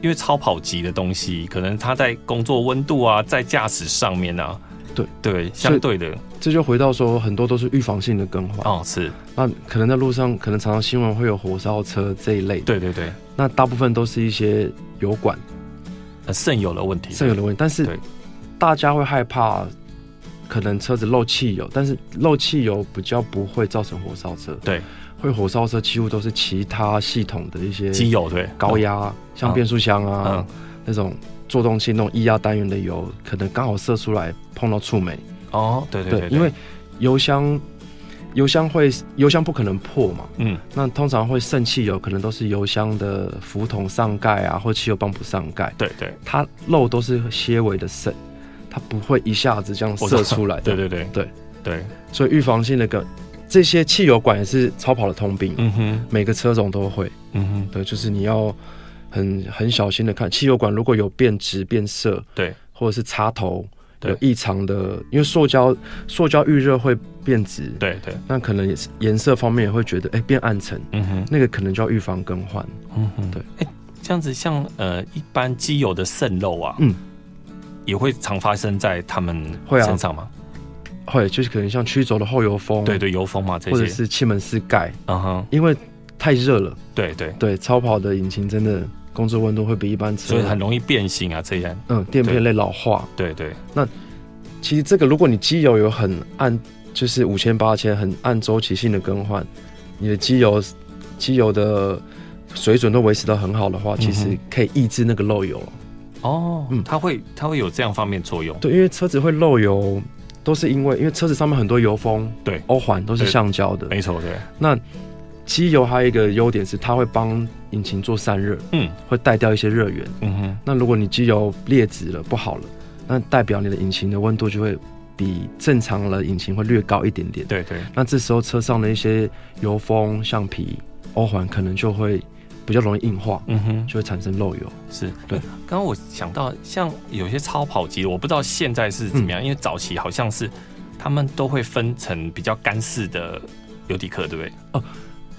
Speaker 2: 因为超跑级的东西，可能它在工作温度啊，在驾驶上面啊，
Speaker 3: 对
Speaker 2: 对，
Speaker 3: 所以
Speaker 2: 相对的
Speaker 3: 这就回到说，很多都是预防性的更换。
Speaker 2: 哦，是
Speaker 3: 那可能在路上，可能常常新闻会有火烧车这一类的，
Speaker 2: 对对对，
Speaker 3: 那大部分都是一些油管
Speaker 2: 呃，肾有了问题，
Speaker 3: 这有的问题，但是
Speaker 2: 对
Speaker 3: 大家会害怕。可能车子漏汽油，但是漏汽油比较不会造成火烧车。
Speaker 2: 对，
Speaker 3: 会火烧车几乎都是其他系统的一些
Speaker 2: 机油对
Speaker 3: 高压，像变速箱
Speaker 2: 嗯
Speaker 3: 啊、
Speaker 2: 嗯
Speaker 3: 那种做动器那种液压单元的油，可能刚好射出来碰到触媒。
Speaker 2: 哦，对对对，对
Speaker 3: 因为油箱油箱会油箱不可能破嘛，
Speaker 2: 嗯
Speaker 3: 那通常会渗汽油，可能都是油箱的浮筒上盖啊，或汽油泵浦上盖，
Speaker 2: 对对，
Speaker 3: 它漏都是些微的渗，它不会一下子这样
Speaker 2: 我知道
Speaker 3: 射出来的。
Speaker 2: 哦对对对
Speaker 3: 对
Speaker 2: 对，
Speaker 3: 所以预防性的跟这些汽油管也是超跑的通病，
Speaker 2: 嗯哼
Speaker 3: 每个车种都会。
Speaker 2: 嗯哼，
Speaker 3: 对，就是你要很很小心的看汽油管，如果有变直变色，
Speaker 2: 对，
Speaker 3: 或者是插头
Speaker 2: 对
Speaker 3: 有异常的，因为塑胶塑胶遇热会变直，
Speaker 2: 对对，
Speaker 3: 那可能也是颜色方面也会觉得哎、变暗沉，
Speaker 2: 嗯哼
Speaker 3: 那个可能就要预防更换。
Speaker 2: 嗯哼，
Speaker 3: 对，
Speaker 2: 哎，这样子像呃一般机油的渗漏啊，
Speaker 3: 嗯，
Speaker 2: 也会常发生在他们
Speaker 3: 会啊
Speaker 2: 身上吗？
Speaker 3: 会就是可能像曲轴的后油封，
Speaker 2: 对，对，油封嘛这
Speaker 3: 嗯或者
Speaker 2: 些，
Speaker 3: 是气门室盖，
Speaker 2: 嗯哼，
Speaker 3: 因为太热了，
Speaker 2: 对对，
Speaker 3: 对，超跑的引擎真的工作温度会比一般车，
Speaker 2: 所以很容易变形啊这样，
Speaker 3: 嗯垫片类老化。
Speaker 2: 对对，
Speaker 3: 其实这个如果你机油有很按，就是五千八千很按周期性的更换，你的机油机油的水准都维持得很好的话，其
Speaker 2: 嗯
Speaker 3: 实可以抑制那个漏油。
Speaker 2: 哦，
Speaker 3: 嗯
Speaker 2: 它会它会有这样方面作用，
Speaker 3: 对，因为车子会漏油，都是因为因为车子上面很多油封，
Speaker 2: 对
Speaker 3: 欧环都是
Speaker 2: 对
Speaker 3: 橡胶的。
Speaker 2: 没错，对，
Speaker 3: 那机油还有一个优点是它会帮引擎做散热，
Speaker 2: 嗯
Speaker 3: 会带掉一些热源。
Speaker 2: 嗯哼，
Speaker 3: 那如果你机油劣质了不好了，那代表你的引擎的温度就会比正常的引擎会略高一点点。
Speaker 2: 对对，
Speaker 3: 那这时候车上的一些油封、橡皮、欧环可能就会比较容易硬化，
Speaker 2: 嗯哼。
Speaker 3: 就会产生漏油。
Speaker 2: 是对
Speaker 3: 对。
Speaker 2: 刚刚我想到，像有些超跑机，我不知道现在是怎么
Speaker 3: 嗯
Speaker 2: 样，因为早期好像是他们都会分成比较干式的油底壳，对不对？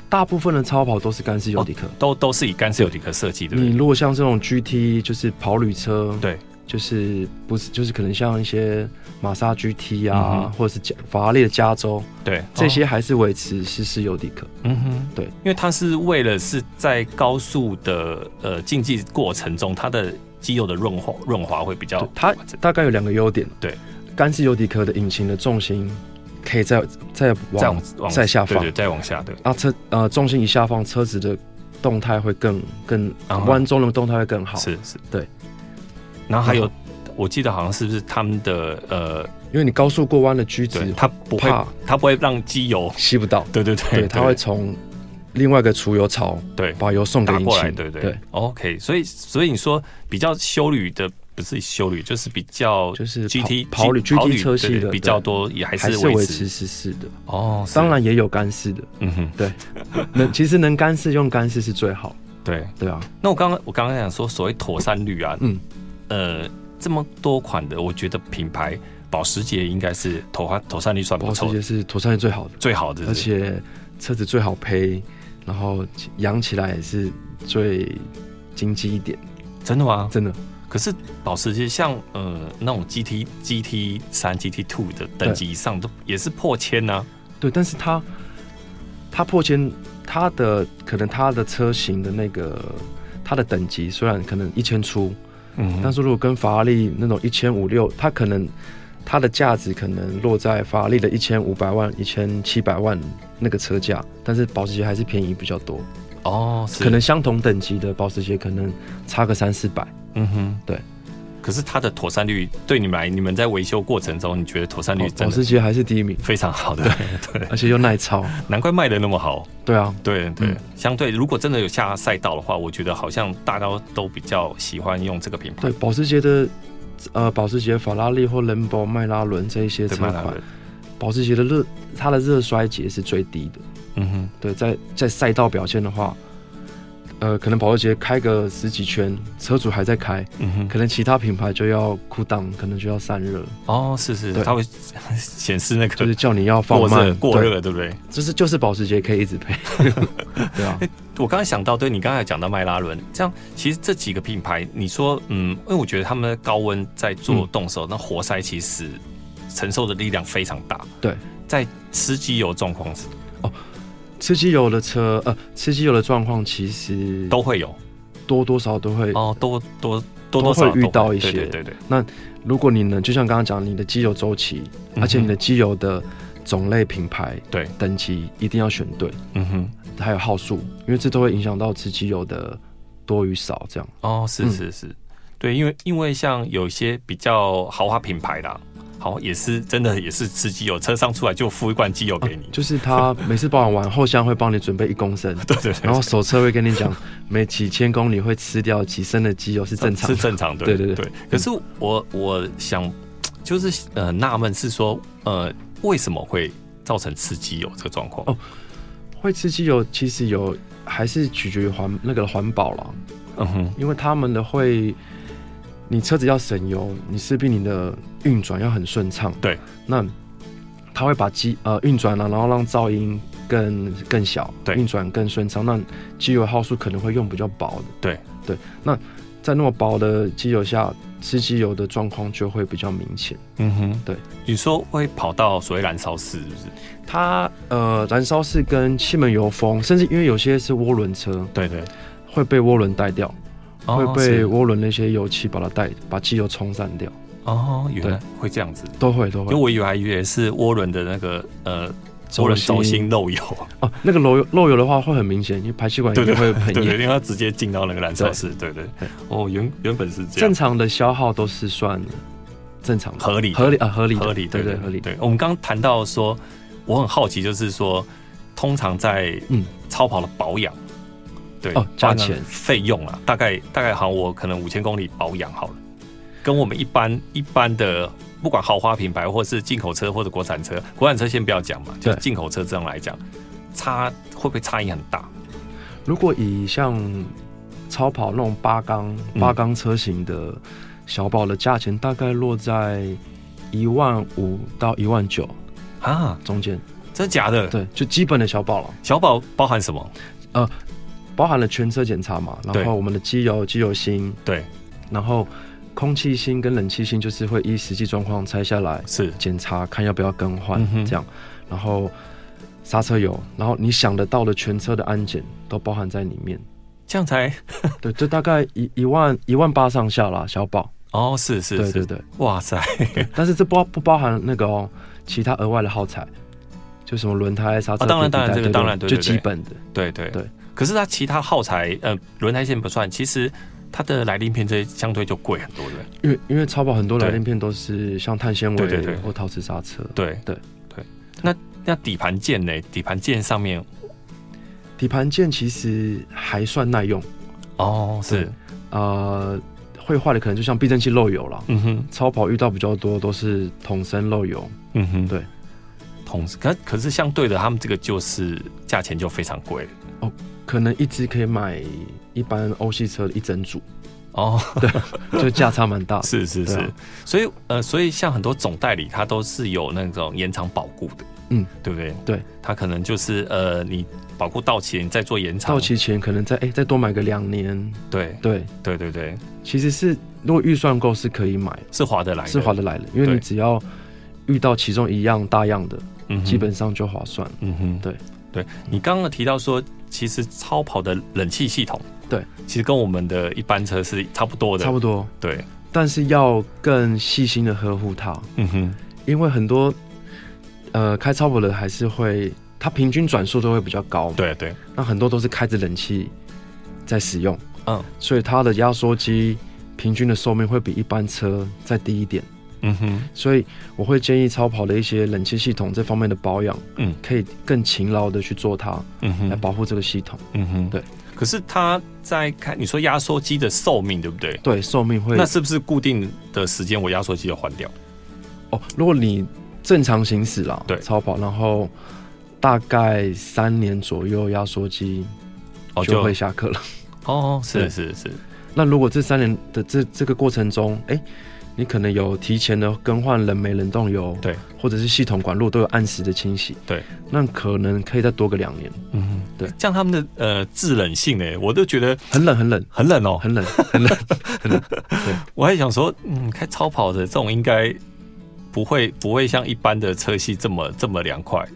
Speaker 3: 大部分的超跑都是干式油底壳。
Speaker 2: 都都是以干式油底壳设计，对不
Speaker 3: 你
Speaker 2: 对？
Speaker 3: 如果像这种 GT，就是跑旅车，
Speaker 2: 对，
Speaker 3: 就是不是就是可能像一些玛莎 GT
Speaker 2: 嗯
Speaker 3: 啊，
Speaker 2: 哼
Speaker 3: 或者是加法拉利的加州，
Speaker 2: 对，
Speaker 3: 这些
Speaker 2: 哦，
Speaker 3: 还是维持湿式油底壳。
Speaker 2: 嗯哼，
Speaker 3: 对
Speaker 2: 因为它是为了是在高速的呃竞技过程中，它的肌肉的润滑润滑会比较
Speaker 3: 对它
Speaker 2: 完整
Speaker 3: 大概有两个优点，
Speaker 2: 对，
Speaker 3: 干式油底壳的引擎的重心可以再再
Speaker 2: 再
Speaker 3: 往
Speaker 2: 往往
Speaker 3: 再下
Speaker 2: 对
Speaker 3: 放
Speaker 2: 对，再往下，对，
Speaker 3: 啊车呃重心一下放，车子的动态会更更
Speaker 2: 嗯哼
Speaker 3: 弯中的动态会更好，
Speaker 2: 是是，
Speaker 3: 对。嗯
Speaker 2: 然后还有
Speaker 3: 然，
Speaker 2: 我记得好像是不是他们的呃，
Speaker 3: 因为你高速过弯的居
Speaker 2: 对，
Speaker 3: 值
Speaker 2: 它不会
Speaker 3: 怕
Speaker 2: 它不会让机油，
Speaker 3: 吸不到，
Speaker 2: 对对对，
Speaker 3: 对，它会从另外一个储油槽
Speaker 2: 对
Speaker 3: 把油送给
Speaker 2: 打
Speaker 3: 引
Speaker 2: 过来，
Speaker 3: 擎，
Speaker 2: 对对 OK，所以所以你说比较修旅的不是修旅，就是比较
Speaker 3: 就是跑
Speaker 2: GT
Speaker 3: 跑旅 GT 车系的
Speaker 2: 对对
Speaker 3: 对
Speaker 2: 比较多，也还
Speaker 3: 还
Speaker 2: 是
Speaker 3: 是维
Speaker 2: 持
Speaker 3: 持湿式的，
Speaker 2: 哦。是
Speaker 3: 当，然也有干式的，
Speaker 2: 嗯哼，
Speaker 3: 能其实能干式用干式是最好，
Speaker 2: 对，
Speaker 3: 对啊，
Speaker 2: 那我刚刚我刚刚想说，所谓妥善率啊，
Speaker 3: 嗯，
Speaker 2: 呃，这么多款的，我觉得品牌保时捷应该是妥善妥善率算不
Speaker 3: 保时
Speaker 2: 错的，
Speaker 3: 捷是妥善率最好的，
Speaker 2: 最好的，
Speaker 3: 而且车子最好赔，然后养起来也是最经济一点，
Speaker 2: 真的吗？
Speaker 3: 真的。
Speaker 2: 可是保时捷像呃那种 GT GT 三 GT two 的等级以上都也是破千啊呐、
Speaker 3: 对，但是它它破千，它的可能它的车型的那个它的等级虽然可能一千出，
Speaker 2: 嗯
Speaker 3: 但是如果跟法拉利那种一千五六，它可能它的价值可能落在法拉利的一千五百万、一千七百万那个车价，但是保时捷还是便宜比较多，
Speaker 2: 哦，是
Speaker 3: 可能相同等级的保时捷可能差个三四百。
Speaker 2: 嗯哼
Speaker 3: 对。
Speaker 2: 可是它的妥善率对你们来，你们在维修过程中，你觉得妥善率
Speaker 3: 哦保
Speaker 2: 真的
Speaker 3: 保时捷还是第一名，
Speaker 2: 非常好的，对，
Speaker 3: 而且又耐操。
Speaker 2: 难怪卖的那么好。
Speaker 3: 对啊，
Speaker 2: 对对，
Speaker 3: 嗯
Speaker 2: 相对如果真的有下赛道的话，我觉得好像大家都比较喜欢用这个品牌
Speaker 3: 对，。保时捷的呃，保时捷、法拉利或兰博、迈拉伦这一些车
Speaker 2: 对，迈拉
Speaker 3: 款，
Speaker 2: 伦，
Speaker 3: 保时捷的热它的热衰竭是最低的。
Speaker 2: 嗯哼，
Speaker 3: 对，在在赛道表现的话，呃，可能保时捷开个十几圈，车主还在开，
Speaker 2: 嗯哼，
Speaker 3: 可能其他品牌就要 cool down，可能就要散热，
Speaker 2: 哦，是是，
Speaker 3: 对
Speaker 2: 它会显示那
Speaker 3: 就
Speaker 2: 个
Speaker 3: 是叫你要放
Speaker 2: 过热
Speaker 3: 慢。
Speaker 2: 过
Speaker 3: 对，
Speaker 2: 热，对不对？
Speaker 3: 就是就是保时捷可以一直 配。对啊，
Speaker 2: 我刚才想到，对你刚才讲到迈拉伦，这样其实这几个品牌，你说，嗯，因为我觉得他们的高温在做
Speaker 3: 嗯
Speaker 2: 动手，那活塞其实承受的力量非常大。
Speaker 3: 对，
Speaker 2: 在吃机油状况
Speaker 3: 吃机油的车，呃，吃机油的状况其实
Speaker 2: 都会有
Speaker 3: 多多少少都会
Speaker 2: 哦，多多多多少少
Speaker 3: 都会遇到一些
Speaker 2: 对对对对，
Speaker 3: 如果你能，就像刚刚讲，你的机油周期，
Speaker 2: 嗯哼
Speaker 3: 而且你的机油的种类、品牌、
Speaker 2: 对
Speaker 3: 等级一定要选对，
Speaker 2: 嗯哼，
Speaker 3: 还有号数，因为这都会影响到吃机油的多与少。这样，
Speaker 2: 哦，是
Speaker 3: 嗯
Speaker 2: 是是，对，因为因为像有一些比较豪华品牌啦，好也是真的也是吃机油，车上出来就付一罐机油给你，
Speaker 3: 就是它每次保养完，后箱会帮你准备一公升，
Speaker 2: 对对对，
Speaker 3: 然后手册会跟你讲，每几千公里会吃掉几升的机油是正 常
Speaker 2: 是
Speaker 3: 的。
Speaker 2: 正常的，
Speaker 3: 对对对
Speaker 2: 可是我我想就是呃纳闷是说呃为什么会造成吃机油这个状况？
Speaker 3: 哦会吃机油其实有还是取决于环那个环保啦，
Speaker 2: 嗯哼，
Speaker 3: 因为他们的会，你车子要省油，你势必你的运转要很顺畅。
Speaker 2: 对，
Speaker 3: 那它会把机呃运转啊，然后让噪音更更小，
Speaker 2: 对
Speaker 3: 运转更顺畅。那机油耗数可能会用比较薄的。
Speaker 2: 对
Speaker 3: 对，那在那么薄的机油下，吃机油的状况就会比较明显。
Speaker 2: 嗯哼，
Speaker 3: 对，
Speaker 2: 你说会跑到所谓燃烧室，是不是？
Speaker 3: 它呃，燃烧室跟气门油封，甚至因为有些是涡轮车
Speaker 2: 对对，
Speaker 3: 会被涡轮带掉，
Speaker 2: 哦
Speaker 3: 会被
Speaker 2: 是
Speaker 3: 涡轮那些油气把它带把机油冲散掉，
Speaker 2: 哦，原来会这样子，
Speaker 3: 都会都
Speaker 2: 因
Speaker 3: 会
Speaker 2: 为。我以为还以为是涡轮的那个呃涡轮轴心漏油，啊
Speaker 3: 哦，那个漏油漏油的话会很明显，因为排气管一
Speaker 2: 对
Speaker 3: 定
Speaker 2: 对
Speaker 3: 会喷
Speaker 2: 对，
Speaker 3: 液。
Speaker 2: 因为它直接进到那个燃烧室，对对
Speaker 3: 对
Speaker 2: 哦，原原本是这样
Speaker 3: 正。常的消耗都是算正常的、
Speaker 2: 合理的
Speaker 3: 合理啊、合理的
Speaker 2: 合理，
Speaker 3: 对
Speaker 2: 对
Speaker 3: 对合理的。
Speaker 2: 对，我们刚刚谈到说，我很好奇，就是说，通常在
Speaker 3: 嗯
Speaker 2: 超跑的保养，对，
Speaker 3: 哦价
Speaker 2: 保养的
Speaker 3: 钱
Speaker 2: 费用啊，大概大概好像我可能五千公里保养好了，跟我们一般一般的。不管豪华品牌，或是进口车，或者国产车，国产车先不要讲嘛，就
Speaker 3: 对
Speaker 2: 是进口车这样来讲，差会不会差异很大？
Speaker 3: 如果以像超跑那种八缸
Speaker 2: 嗯
Speaker 3: 八缸车型的小宝的价钱，大概落在一万五到一万九
Speaker 2: 啊，
Speaker 3: 中间，
Speaker 2: 真的假的？
Speaker 3: 对，就基本的小宝了，
Speaker 2: 小宝包含什么？
Speaker 3: 包含了全车检查嘛，
Speaker 2: 对
Speaker 3: 然后我们的机油、机油芯，
Speaker 2: 对，
Speaker 3: 然后空气芯跟冷气芯就是会依实际状况拆下来，
Speaker 2: 是
Speaker 3: 检查看要不要更换、
Speaker 2: 嗯哼
Speaker 3: 这样，然后刹车油，然后你想得到的全车的安检都包含在里面。
Speaker 2: 这样才
Speaker 3: 对，这大概一一万一万八上下啦，小宝。
Speaker 2: 哦，是是
Speaker 3: 对
Speaker 2: 是，
Speaker 3: 对对，
Speaker 2: 哇塞，
Speaker 3: 但是这包不包含那个哦，其他额外的耗材，就什么轮胎、刹车、
Speaker 2: 啊当然
Speaker 3: 避避带
Speaker 2: 当然这个
Speaker 3: 对对
Speaker 2: 当然对对
Speaker 3: 就基本的。
Speaker 2: 对对
Speaker 3: 对。
Speaker 2: 可是它其他耗材，呃，轮胎线不算，其实它的来临片这些相对就贵很多的。
Speaker 3: 因为因为超跑很多
Speaker 2: 对
Speaker 3: 来电片都是像碳纤
Speaker 2: 对对对
Speaker 3: 维或陶瓷刹车，
Speaker 2: 对
Speaker 3: 对
Speaker 2: 对。那那底盘件呢？底盘件上面
Speaker 3: 底盘件其实还算耐用，
Speaker 2: 哦，
Speaker 3: 对，呃，会坏的可能就像避震器漏油了。
Speaker 2: 嗯哼，
Speaker 3: 超跑遇到比较多都是桶身漏油，
Speaker 2: 嗯哼，
Speaker 3: 对。
Speaker 2: 同时，可可是相对的，他们这个就是价钱就非常贵了。
Speaker 3: 可能一只可以买一般欧系车的一 整组，
Speaker 2: 哦，
Speaker 3: 就价差蛮大的。
Speaker 2: 是是
Speaker 3: 对
Speaker 2: 是
Speaker 3: 啊，
Speaker 2: 所以呃，所以像很多总代理，它都是有那种延长保固的，
Speaker 3: 嗯，
Speaker 2: 对不对？
Speaker 3: 对，
Speaker 2: 它可能就是呃，你保固到期，你再做延长。
Speaker 3: 到，期前可能再哎、再多买个两年，
Speaker 2: 对
Speaker 3: 对，
Speaker 2: 对对对，
Speaker 3: 其实是如果预算够是可以买，
Speaker 2: 是划得来的，
Speaker 3: 是划得来的，因为
Speaker 2: 对
Speaker 3: 你只要遇到其中一样大样的，
Speaker 2: 嗯哼
Speaker 3: 基本上就划算。
Speaker 2: 嗯哼，
Speaker 3: 对
Speaker 2: 对，你刚刚提到说，其实超跑的冷气系统，
Speaker 3: 对，
Speaker 2: 其实跟我们的一般车是差不多的，
Speaker 3: 差不
Speaker 2: 多，
Speaker 3: 多，
Speaker 2: 对，
Speaker 3: 但是要更细心的呵护它，
Speaker 2: 嗯哼，
Speaker 3: 因为很多呃开超跑的还是会，它平均转速都会比较高，
Speaker 2: 对对，
Speaker 3: 那很多都是开着冷气在使用，
Speaker 2: 嗯
Speaker 3: 所以它的压缩机平均的寿命会比一般车再低一点，
Speaker 2: 嗯哼，
Speaker 3: 所以我会建议超跑的一些冷气系统这方面的保养，
Speaker 2: 嗯，
Speaker 3: 可以更勤劳的去做它，
Speaker 2: 嗯
Speaker 3: 来
Speaker 2: 哼，
Speaker 3: 保护这个系统，
Speaker 2: 嗯哼，
Speaker 3: 对。
Speaker 2: 可是它在开，你说压缩机的寿命对不对？
Speaker 3: 对寿命会
Speaker 2: 那是不是固定的时间我压缩机要换掉？
Speaker 3: 哦，如果你正常行驶啦，
Speaker 2: 对
Speaker 3: 超跑，然后大概三年左右压缩机
Speaker 2: 哦，
Speaker 3: 就
Speaker 2: 就
Speaker 3: 会下课了。
Speaker 2: 哦，是
Speaker 3: 对
Speaker 2: 是是，
Speaker 3: 那如果这三年的这这个过程中，哎、你可能有提前的更换冷媒、冷冻油，
Speaker 2: 对，
Speaker 3: 或者是系统管路都有按时的清洗，
Speaker 2: 对，
Speaker 3: 那可能可以再多个两年。
Speaker 2: 嗯哼，
Speaker 3: 对，
Speaker 2: 像他们的呃制冷性呢，我都觉得
Speaker 3: 很冷，很冷，
Speaker 2: 很冷哦，
Speaker 3: 很冷，很 冷。
Speaker 2: 我还想说，嗯，开超跑的这种应该不会不会像一般的车系这么这么凉快。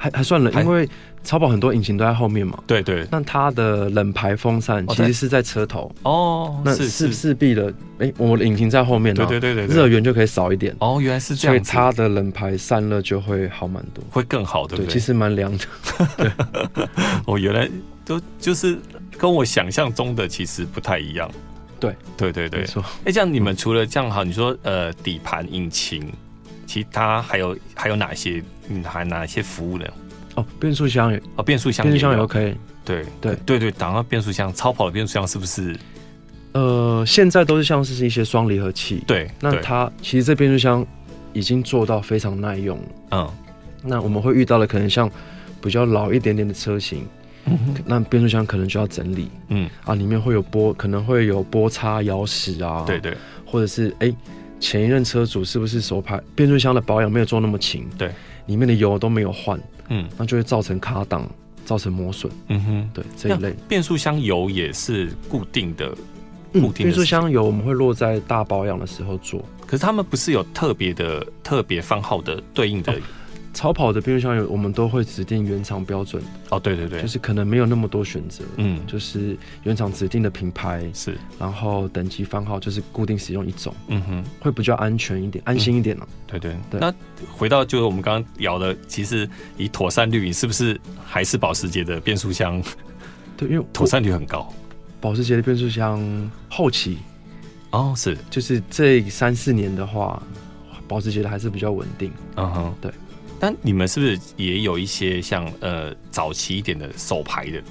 Speaker 3: 还还算冷，
Speaker 2: 还
Speaker 3: 因为超跑很多引擎都在后面嘛。
Speaker 2: 对对，
Speaker 3: 那它的冷排风扇
Speaker 2: 哦
Speaker 3: 其
Speaker 2: 对
Speaker 3: 实是在车头，
Speaker 2: 哦，
Speaker 3: 那
Speaker 2: 是
Speaker 3: 是
Speaker 2: 是，
Speaker 3: 势必的，哎、我的引擎在后面
Speaker 2: 对
Speaker 3: 啊，
Speaker 2: 对对对，对
Speaker 3: 热源就可以少一点，
Speaker 2: 哦，原来是这
Speaker 3: 所以
Speaker 2: 样子，
Speaker 3: 它的冷排散热就会好蛮多。
Speaker 2: 会更好，对不
Speaker 3: 对，
Speaker 2: 对？
Speaker 3: 其实蛮凉的。
Speaker 2: 哦，原来都就是跟我想象中的其实不太一样。
Speaker 3: 对
Speaker 2: 对对对
Speaker 3: 没，错，
Speaker 2: 哎，这样你们除了这样好，你说呃底盘、引擎，其他还有还有哪些？嗯，还哪些服务呢？
Speaker 3: 哦，变速箱也，
Speaker 2: 哦，变速箱，
Speaker 3: 变速箱也，OK。
Speaker 2: 对
Speaker 3: 对
Speaker 2: 对对，讲到变速箱，超跑的变速箱是不是？
Speaker 3: 呃，现在都是像是一些双离合器，
Speaker 2: 对，
Speaker 3: 那
Speaker 2: 对
Speaker 3: 它其实这变速箱已经做到非常耐用了。
Speaker 2: 嗯。
Speaker 3: 那我们会遇到的可能像比较老一点点的车型，那变速箱可能就要整理
Speaker 2: 嗯，
Speaker 3: 啊，里面会有波，可能会有波差、咬死啊，
Speaker 2: 对，对
Speaker 3: 或者是哎、前一任车主是不是手排变速箱的保养没有做那么勤，
Speaker 2: 对，
Speaker 3: 里面的油都没有换，
Speaker 2: 嗯
Speaker 3: 那就会造成卡档，造成磨损，
Speaker 2: 嗯哼，
Speaker 3: 对这一类。
Speaker 2: 变速箱油也是固定的，固定的
Speaker 3: 嗯变速
Speaker 2: 时间
Speaker 3: 箱油我们会落在大保养的时候做，
Speaker 2: 可是他们不是有特别的、特别番号的对应的哦
Speaker 3: 超跑的变速箱油，我们都会指定原厂标准，
Speaker 2: 哦对对对，
Speaker 3: 就是可能没有那么多选择，
Speaker 2: 嗯，
Speaker 3: 就是原厂指定的品牌，
Speaker 2: 是，
Speaker 3: 然后等级番号就是固定使用一种，
Speaker 2: 嗯哼，
Speaker 3: 会比较安全一点，安心一点呢、啊
Speaker 2: 对对。
Speaker 3: 对
Speaker 2: 那回到就是我们刚刚聊的，其实以妥善率，你是不是还是保时捷的变速箱
Speaker 3: 对，因为
Speaker 2: 妥善率很高？
Speaker 3: 保时捷的变速箱后期，
Speaker 2: 哦，是，
Speaker 3: 就是这三四年的话，保时捷的还是比较稳定。
Speaker 2: 嗯哼，
Speaker 3: 对。
Speaker 2: 但你们是不是也有一些像呃早期一点的手排的？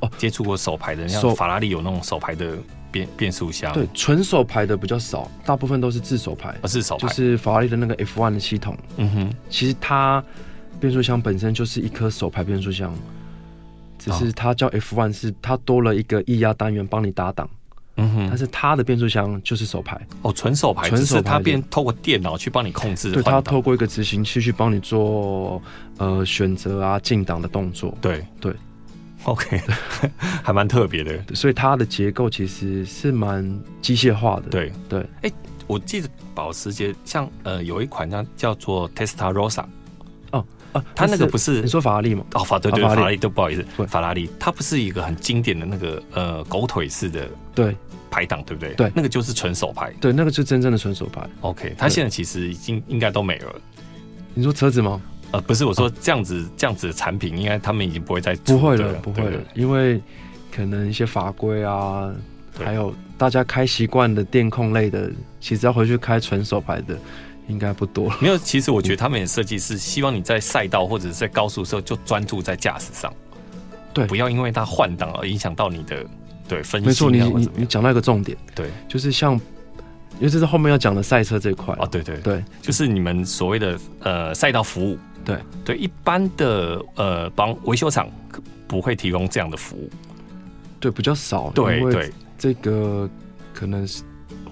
Speaker 3: 哦
Speaker 2: 接触过手排的，像
Speaker 3: 手
Speaker 2: 法拉利有那种手排的变变速箱，
Speaker 3: 对，，纯手排的比较少，大部分都是哦自手排，
Speaker 2: 而是手排，
Speaker 3: 就是法拉利的那个 F1 的系统，
Speaker 2: 嗯哼，
Speaker 3: 其实它变速箱本身就是一颗手排变速箱。只
Speaker 2: 哦
Speaker 3: 是它叫 F1，是它多了一个液压单元帮你打档，
Speaker 2: 嗯哼
Speaker 3: 但，是它的变速箱就是手排，
Speaker 2: 哦，纯手排，
Speaker 3: 纯
Speaker 2: 只
Speaker 3: 手
Speaker 2: 是
Speaker 3: 排
Speaker 2: 它
Speaker 3: 的
Speaker 2: 变透过电脑去帮你控制
Speaker 3: 对，它
Speaker 2: 换挡。
Speaker 3: 透过一个执行器去帮你做呃选择啊进档的动作，
Speaker 2: 对
Speaker 3: 对
Speaker 2: ，OK，还蛮特别的。
Speaker 3: 对所以它的结构其实是蛮机械化的。
Speaker 2: 对
Speaker 3: 对，
Speaker 2: 我记得保时捷像呃有一款叫叫做 Testarossa，
Speaker 3: 啊，
Speaker 2: 它那个
Speaker 3: 是
Speaker 2: 不是
Speaker 3: 你说法拉利吗？
Speaker 2: 哦法对对
Speaker 3: 啊法拉
Speaker 2: 法
Speaker 3: 利
Speaker 2: 拉利，对不好意思，
Speaker 3: 对
Speaker 2: 法拉利它不是一个很经典的那个呃狗腿式的
Speaker 3: 对
Speaker 2: 排档，对不对？
Speaker 3: 对
Speaker 2: 那个就是纯手排。
Speaker 3: 对，那个是真正的纯手排。
Speaker 2: OK，它
Speaker 3: 对
Speaker 2: 现在其实已经应该都没有了。
Speaker 3: 你说车子吗？
Speaker 2: 呃，不是，我说这样子这样子的产品，应该他们已经不会再出
Speaker 3: 哦不会
Speaker 2: 的
Speaker 3: 了，不会
Speaker 2: 对
Speaker 3: 了，因为可能一些法规啊，
Speaker 2: 对
Speaker 3: 还有大家开习惯的电控类的，其实要回去开纯手排的应该不多了。
Speaker 2: 没有，其实我觉得他们的设计是希望你在赛道或者是在高速的时候就专注在驾驶上，
Speaker 3: 对
Speaker 2: 不要因为它换挡而影响到你的对分析。啊
Speaker 3: 没错，你
Speaker 2: 或者
Speaker 3: 你
Speaker 2: 怎么
Speaker 3: 你
Speaker 2: 样
Speaker 3: 讲到一个重点，
Speaker 2: 对
Speaker 3: 就是像，因为这是后面要讲的赛车这一块
Speaker 2: 啊，对对，
Speaker 3: 对
Speaker 2: 就是你们所谓的呃赛道服务，
Speaker 3: 对
Speaker 2: 对，一般的呃帮维修厂不会提供这样的服务。
Speaker 3: 对，比较少，
Speaker 2: 对
Speaker 3: 因为
Speaker 2: 对
Speaker 3: 这个可能是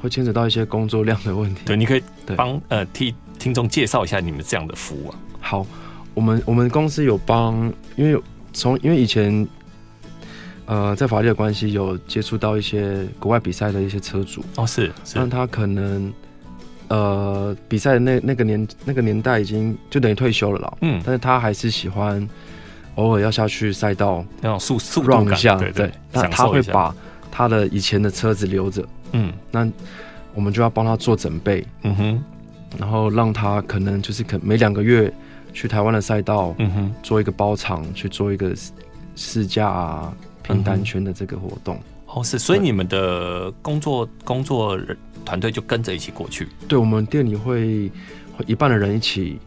Speaker 3: 会牵扯到一些工作量的问题。
Speaker 2: 对，你可以
Speaker 3: 对
Speaker 2: 帮呃替听众介绍一下你们这样的服务啊。
Speaker 3: 好，我们我们公司有帮，因为有从因为以前，呃，在法律的关系有接触到一些国外比赛的一些车主，
Speaker 2: 哦，是是
Speaker 3: 那，他可能呃比赛的那那个年那个年代已经就等于退休了啦，
Speaker 2: 嗯，
Speaker 3: 但是他还是喜欢偶尔要下去赛道
Speaker 2: 那种速速度
Speaker 3: run 一
Speaker 2: 感
Speaker 3: 下，，
Speaker 2: 对对，
Speaker 3: 那
Speaker 2: 享
Speaker 3: 他
Speaker 2: 受
Speaker 3: 会
Speaker 2: 一下。
Speaker 3: 把他的以前的车子留着，
Speaker 2: 嗯
Speaker 3: 我们就要帮他做准备，
Speaker 2: 嗯哼
Speaker 3: 然后让他可能就是可每两个月去台湾的赛道。
Speaker 2: 嗯哼，
Speaker 3: 做一个包场，去做一个试试驾啊、平单圈的这个活动。
Speaker 2: 哦是，所以
Speaker 3: 对
Speaker 2: 你们的工作工作人团队就跟着一起过去。
Speaker 3: 对我们店里会会一半的人一起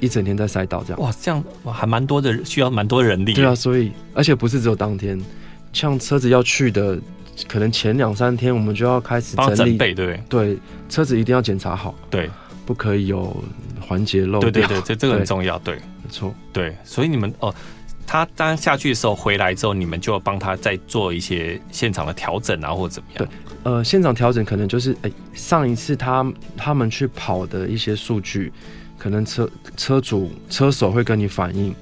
Speaker 3: 一整天在赛道这样。
Speaker 2: 哇，这样哇还蛮多的，需要蛮多人力。
Speaker 3: 对啊，，所以而且不是只有当天，像车子要去的，可能前两三天我们就要开始
Speaker 2: 帮他
Speaker 3: 整
Speaker 2: 整
Speaker 3: 理。
Speaker 2: 备，对不对？
Speaker 3: 对，车子一定要检查好，
Speaker 2: 对
Speaker 3: 不可以有环节漏掉。
Speaker 2: 对对对，这这个很
Speaker 3: 对
Speaker 2: 重要，对
Speaker 3: 没错。
Speaker 2: 对，所以你们哦，他当下去的时候回来之后，你们就帮他再做一些现场的调整啊，或者怎么样？
Speaker 3: 对呃，现场调整可能就是，哎、上一次他他们去跑的一些数据，可能车车主车手会跟你反映，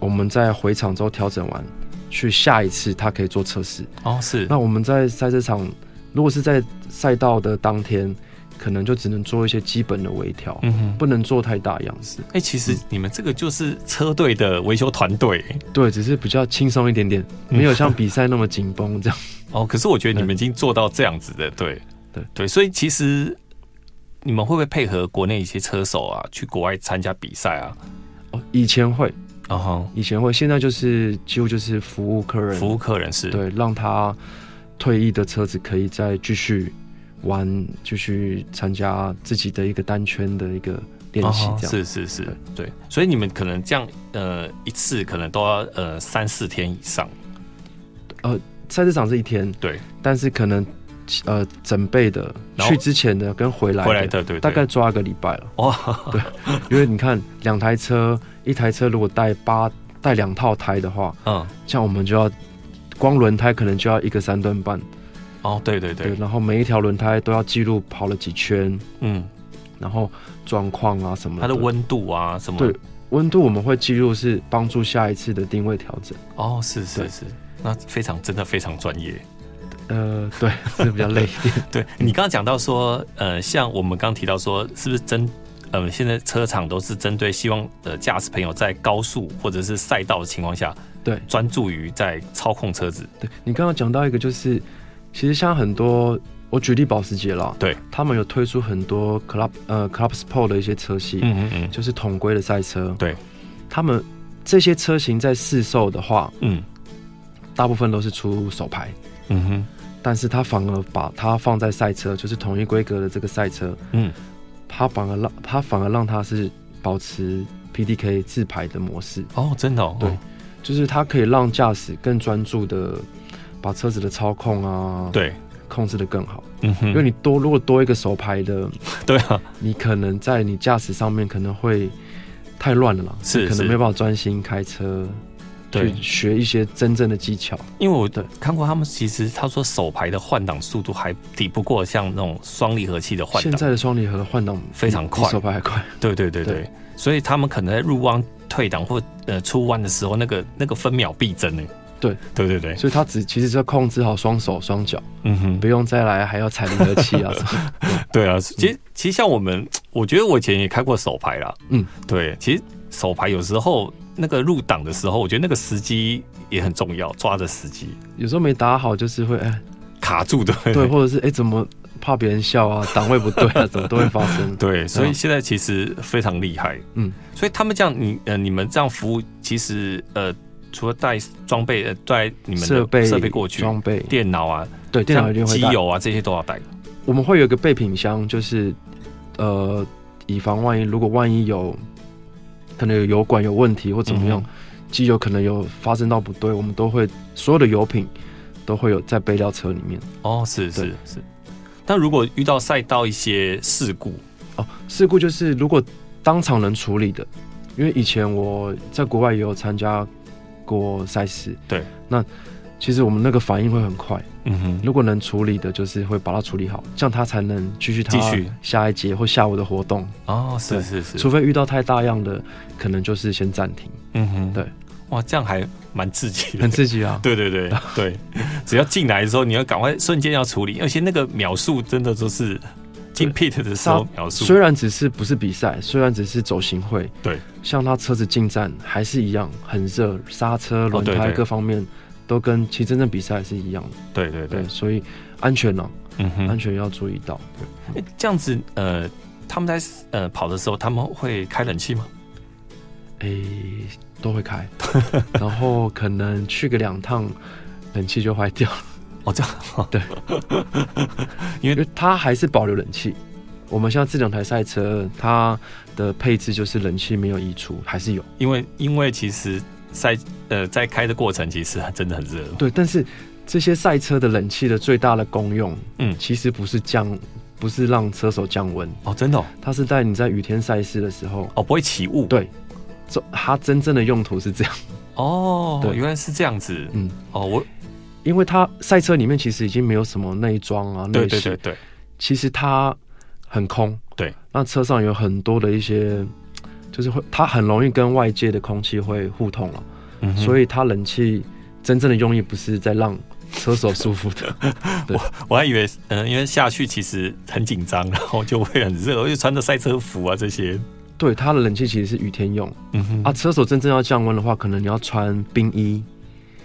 Speaker 3: 我们在回场之后调整完，去下一次他可以做测试。
Speaker 2: 哦，是
Speaker 3: 那我们在赛车场，如果是在赛道的当天，可能就只能做一些基本的微调，
Speaker 2: 嗯哼。
Speaker 3: 不能做太大样式。
Speaker 2: 哎、其实你们这个就是车队的维修团队
Speaker 3: 对，只是比较轻松一点 点，没有像比赛那么紧绷这样。
Speaker 2: 哦。可是我觉得你们已经做到这样子的，对
Speaker 3: 对
Speaker 2: 对，所以其实你们会不会配合国内一些车手啊，去国外参加比赛啊？
Speaker 3: 哦以前会，
Speaker 2: 然后
Speaker 3: 以前会，现在就是几乎就是服务客人，
Speaker 2: 服务客人是
Speaker 3: 对，让他退役的车子可以再继续玩，继续参加自己的一个单圈的一个练习
Speaker 2: 哦，
Speaker 3: 这样。
Speaker 2: 是是是，对，所以你们可能这样呃一次可能都要呃三四天以上，
Speaker 3: 赛车场是一天，
Speaker 2: 对，
Speaker 3: 但是可能呃准备的
Speaker 2: 然后
Speaker 3: 去之前的跟回来的
Speaker 2: 回来的对对哦
Speaker 3: 大概抓一个礼 拜了，
Speaker 2: 哇，
Speaker 3: 因为你看两台车，一台车如果带八带两套胎的话，
Speaker 2: 嗯，
Speaker 3: 像我们就要。光轮胎可能就要一个三吨半，
Speaker 2: 哦，对对
Speaker 3: 对，
Speaker 2: 对，
Speaker 3: 然后每一条轮胎都要记录跑了几圈，
Speaker 2: 嗯，
Speaker 3: 然后状况啊什么
Speaker 2: 它的温度啊什么，
Speaker 3: 对温度我们会记录，是帮助下一次的定位调整。
Speaker 2: 哦，是是
Speaker 3: 对
Speaker 2: 是，那非常真的非常专业。
Speaker 3: 呃，对， 是比较累一点。
Speaker 2: 对你刚刚讲到说，呃，像我们刚提到说，是不是针，呃，现在车厂都是针对希望呃驾驶朋友在高速或者是赛道的情况下，
Speaker 3: 对
Speaker 2: 专注于在操控车子，
Speaker 3: 对你刚刚讲到一个，就是其实像很多，我举例保时捷啦，
Speaker 2: 对，
Speaker 3: 他们有推出很多 Club 呃 Club Sport 的一些车系，
Speaker 2: 嗯嗯嗯
Speaker 3: 就是统规的赛车。
Speaker 2: 对，
Speaker 3: 他们这些车型在试售的话，
Speaker 2: 嗯
Speaker 3: 大部分都是出手牌，
Speaker 2: 嗯哼
Speaker 3: 但是他反而把它放在赛车，就是统一规格的这个赛车，
Speaker 2: 嗯，
Speaker 3: 他反而让他反而让它是保持 PDK 自排的模式。
Speaker 2: 哦，真的、哦，
Speaker 3: 对就是它可以让驾驶更专注的把车子的操控啊，，
Speaker 2: 对，
Speaker 3: 控制的更好。
Speaker 2: 嗯哼，
Speaker 3: 因为你多如果多一个手牌的，
Speaker 2: 对啊，
Speaker 3: 你可能在你驾驶上面可能会太乱了啦，
Speaker 2: 是
Speaker 3: 你可
Speaker 2: 是
Speaker 3: 能没有办法专心开车，
Speaker 2: 对
Speaker 3: 去，学一些真正的技巧。
Speaker 2: 因为我
Speaker 3: 对
Speaker 2: 看过他们，其实他说手排的换挡速度还抵不过像那种双离合器的换
Speaker 3: 现
Speaker 2: 挡，
Speaker 3: 在的双离合的换挡
Speaker 2: 非常
Speaker 3: 比
Speaker 2: 快
Speaker 3: 手牌还快。
Speaker 2: 对对对对，
Speaker 3: 对
Speaker 2: 所以他们可能在入弯、退档或呃出弯的时候，那个那个分秒必争呢。欸
Speaker 3: 对
Speaker 2: 对对对，
Speaker 3: 所以它只其实就控制好双手双脚，
Speaker 2: 嗯哼
Speaker 3: 不，用再来还要踩离合器啊什 么。
Speaker 2: 对啊，其实其实像我们，我觉得我以前也开过手牌啦，
Speaker 3: 嗯，
Speaker 2: 对，其实手牌有时候那个入档的时候，我觉得那个时机也很重要，抓着时机
Speaker 3: 有时候没打好就是会哎，
Speaker 2: 卡住的，
Speaker 3: 对，或者是哎怎么怕别人笑啊，档位不对啊，怎么都会发生。
Speaker 2: 对，所以现在其实非常厉害，
Speaker 3: 嗯，
Speaker 2: 所以他们这样，你呃，你们这样服务，其实呃，除了带装备，呃，带你们
Speaker 3: 设
Speaker 2: 的
Speaker 3: 备
Speaker 2: 设备过去，
Speaker 3: 装备
Speaker 2: 电脑啊，
Speaker 3: 对电脑一定
Speaker 2: 像
Speaker 3: 会
Speaker 2: 机
Speaker 3: 带。
Speaker 2: 油啊这些都要带，
Speaker 3: 我们会有一个备品箱，就是呃，以防万一，如果万一有可能有油管有问题或怎么样
Speaker 2: 嗯，
Speaker 3: 机、油可能有发生到不对，我们都会所有的油品都会有在备料车里面。
Speaker 2: 哦，是
Speaker 3: 对
Speaker 2: 是是。但如果遇到赛道一些事故，
Speaker 3: 哦，事故就是如果当场能处理的，因为以前我在国外也有参加过赛事。
Speaker 2: 对，
Speaker 3: 那其实我们那个反应会很快，
Speaker 2: 嗯哼，
Speaker 3: 如果能处理的，就是会把它处理好，这样它才能继续它
Speaker 2: 继续
Speaker 3: 下一节或下午的活动。
Speaker 2: 哦，是
Speaker 3: 对
Speaker 2: 是是
Speaker 3: 除，非遇到太大样的，可能就是先暂停，
Speaker 2: 嗯哼，
Speaker 3: 对，
Speaker 2: 哇，这样还蛮刺激的
Speaker 3: 很。刺激啊。
Speaker 2: 对对 对对，只要进来的时候，你要赶快瞬间要处理，而且那个秒数真的都是进 pit 的时候秒数
Speaker 3: 虽，然只是不是比赛，虽然只是走行会，
Speaker 2: 对，
Speaker 3: 像他车子进站还是一样很热，刹车、
Speaker 2: 哦
Speaker 3: 轮
Speaker 2: 对
Speaker 3: 胎
Speaker 2: 对
Speaker 3: 各方面都跟其实真正比赛是一样的。
Speaker 2: 对对
Speaker 3: 对，
Speaker 2: 对，
Speaker 3: 所以安全呢、
Speaker 2: 嗯
Speaker 3: 安
Speaker 2: 哼，
Speaker 3: 全要注意到。
Speaker 2: 诶这样子呃，他们在呃跑的时候，他们会开冷气吗？
Speaker 3: 诶、哎都会开， 然后可能去个两趟，冷气就坏掉了，
Speaker 2: 哦，这样，
Speaker 3: 因为它还是保留冷气。我们现在这两台赛车，它的配置就是冷气没有移除，还是有。
Speaker 2: 因为因为其实赛呃在开的过程其实真的很热，
Speaker 3: 对，但是这些赛车的冷气的最大的功用，
Speaker 2: 嗯
Speaker 3: 其实不是降，不是让车手降温，
Speaker 2: 哦，真的哦，
Speaker 3: 它是在你在雨天赛事的时候，
Speaker 2: 哦不会起雾，
Speaker 3: 对，这它真正的用途是这样，
Speaker 2: 哦，
Speaker 3: 对
Speaker 2: 原来是这样子，
Speaker 3: 嗯，
Speaker 2: 哦，我
Speaker 3: 因为它赛车里面其实已经没有什么内装啊，
Speaker 2: 对
Speaker 3: 内
Speaker 2: 对
Speaker 3: 饰，
Speaker 2: 对对，
Speaker 3: 其实它很空，
Speaker 2: 对，
Speaker 3: 那车上有很多的一些，就是会它很容易跟外界的空气会互通了、
Speaker 2: 嗯哼
Speaker 3: 所以它冷气真正的用意不是在让车手舒服 的，
Speaker 2: 我还以为，嗯、因为下去其实很紧张，然后就会很热，而 且穿着赛车服啊这些，
Speaker 3: 对，它的冷气其实是雨天用。
Speaker 2: 嗯哼
Speaker 3: 啊，，车手真正要降温的话，可能你要穿冰衣，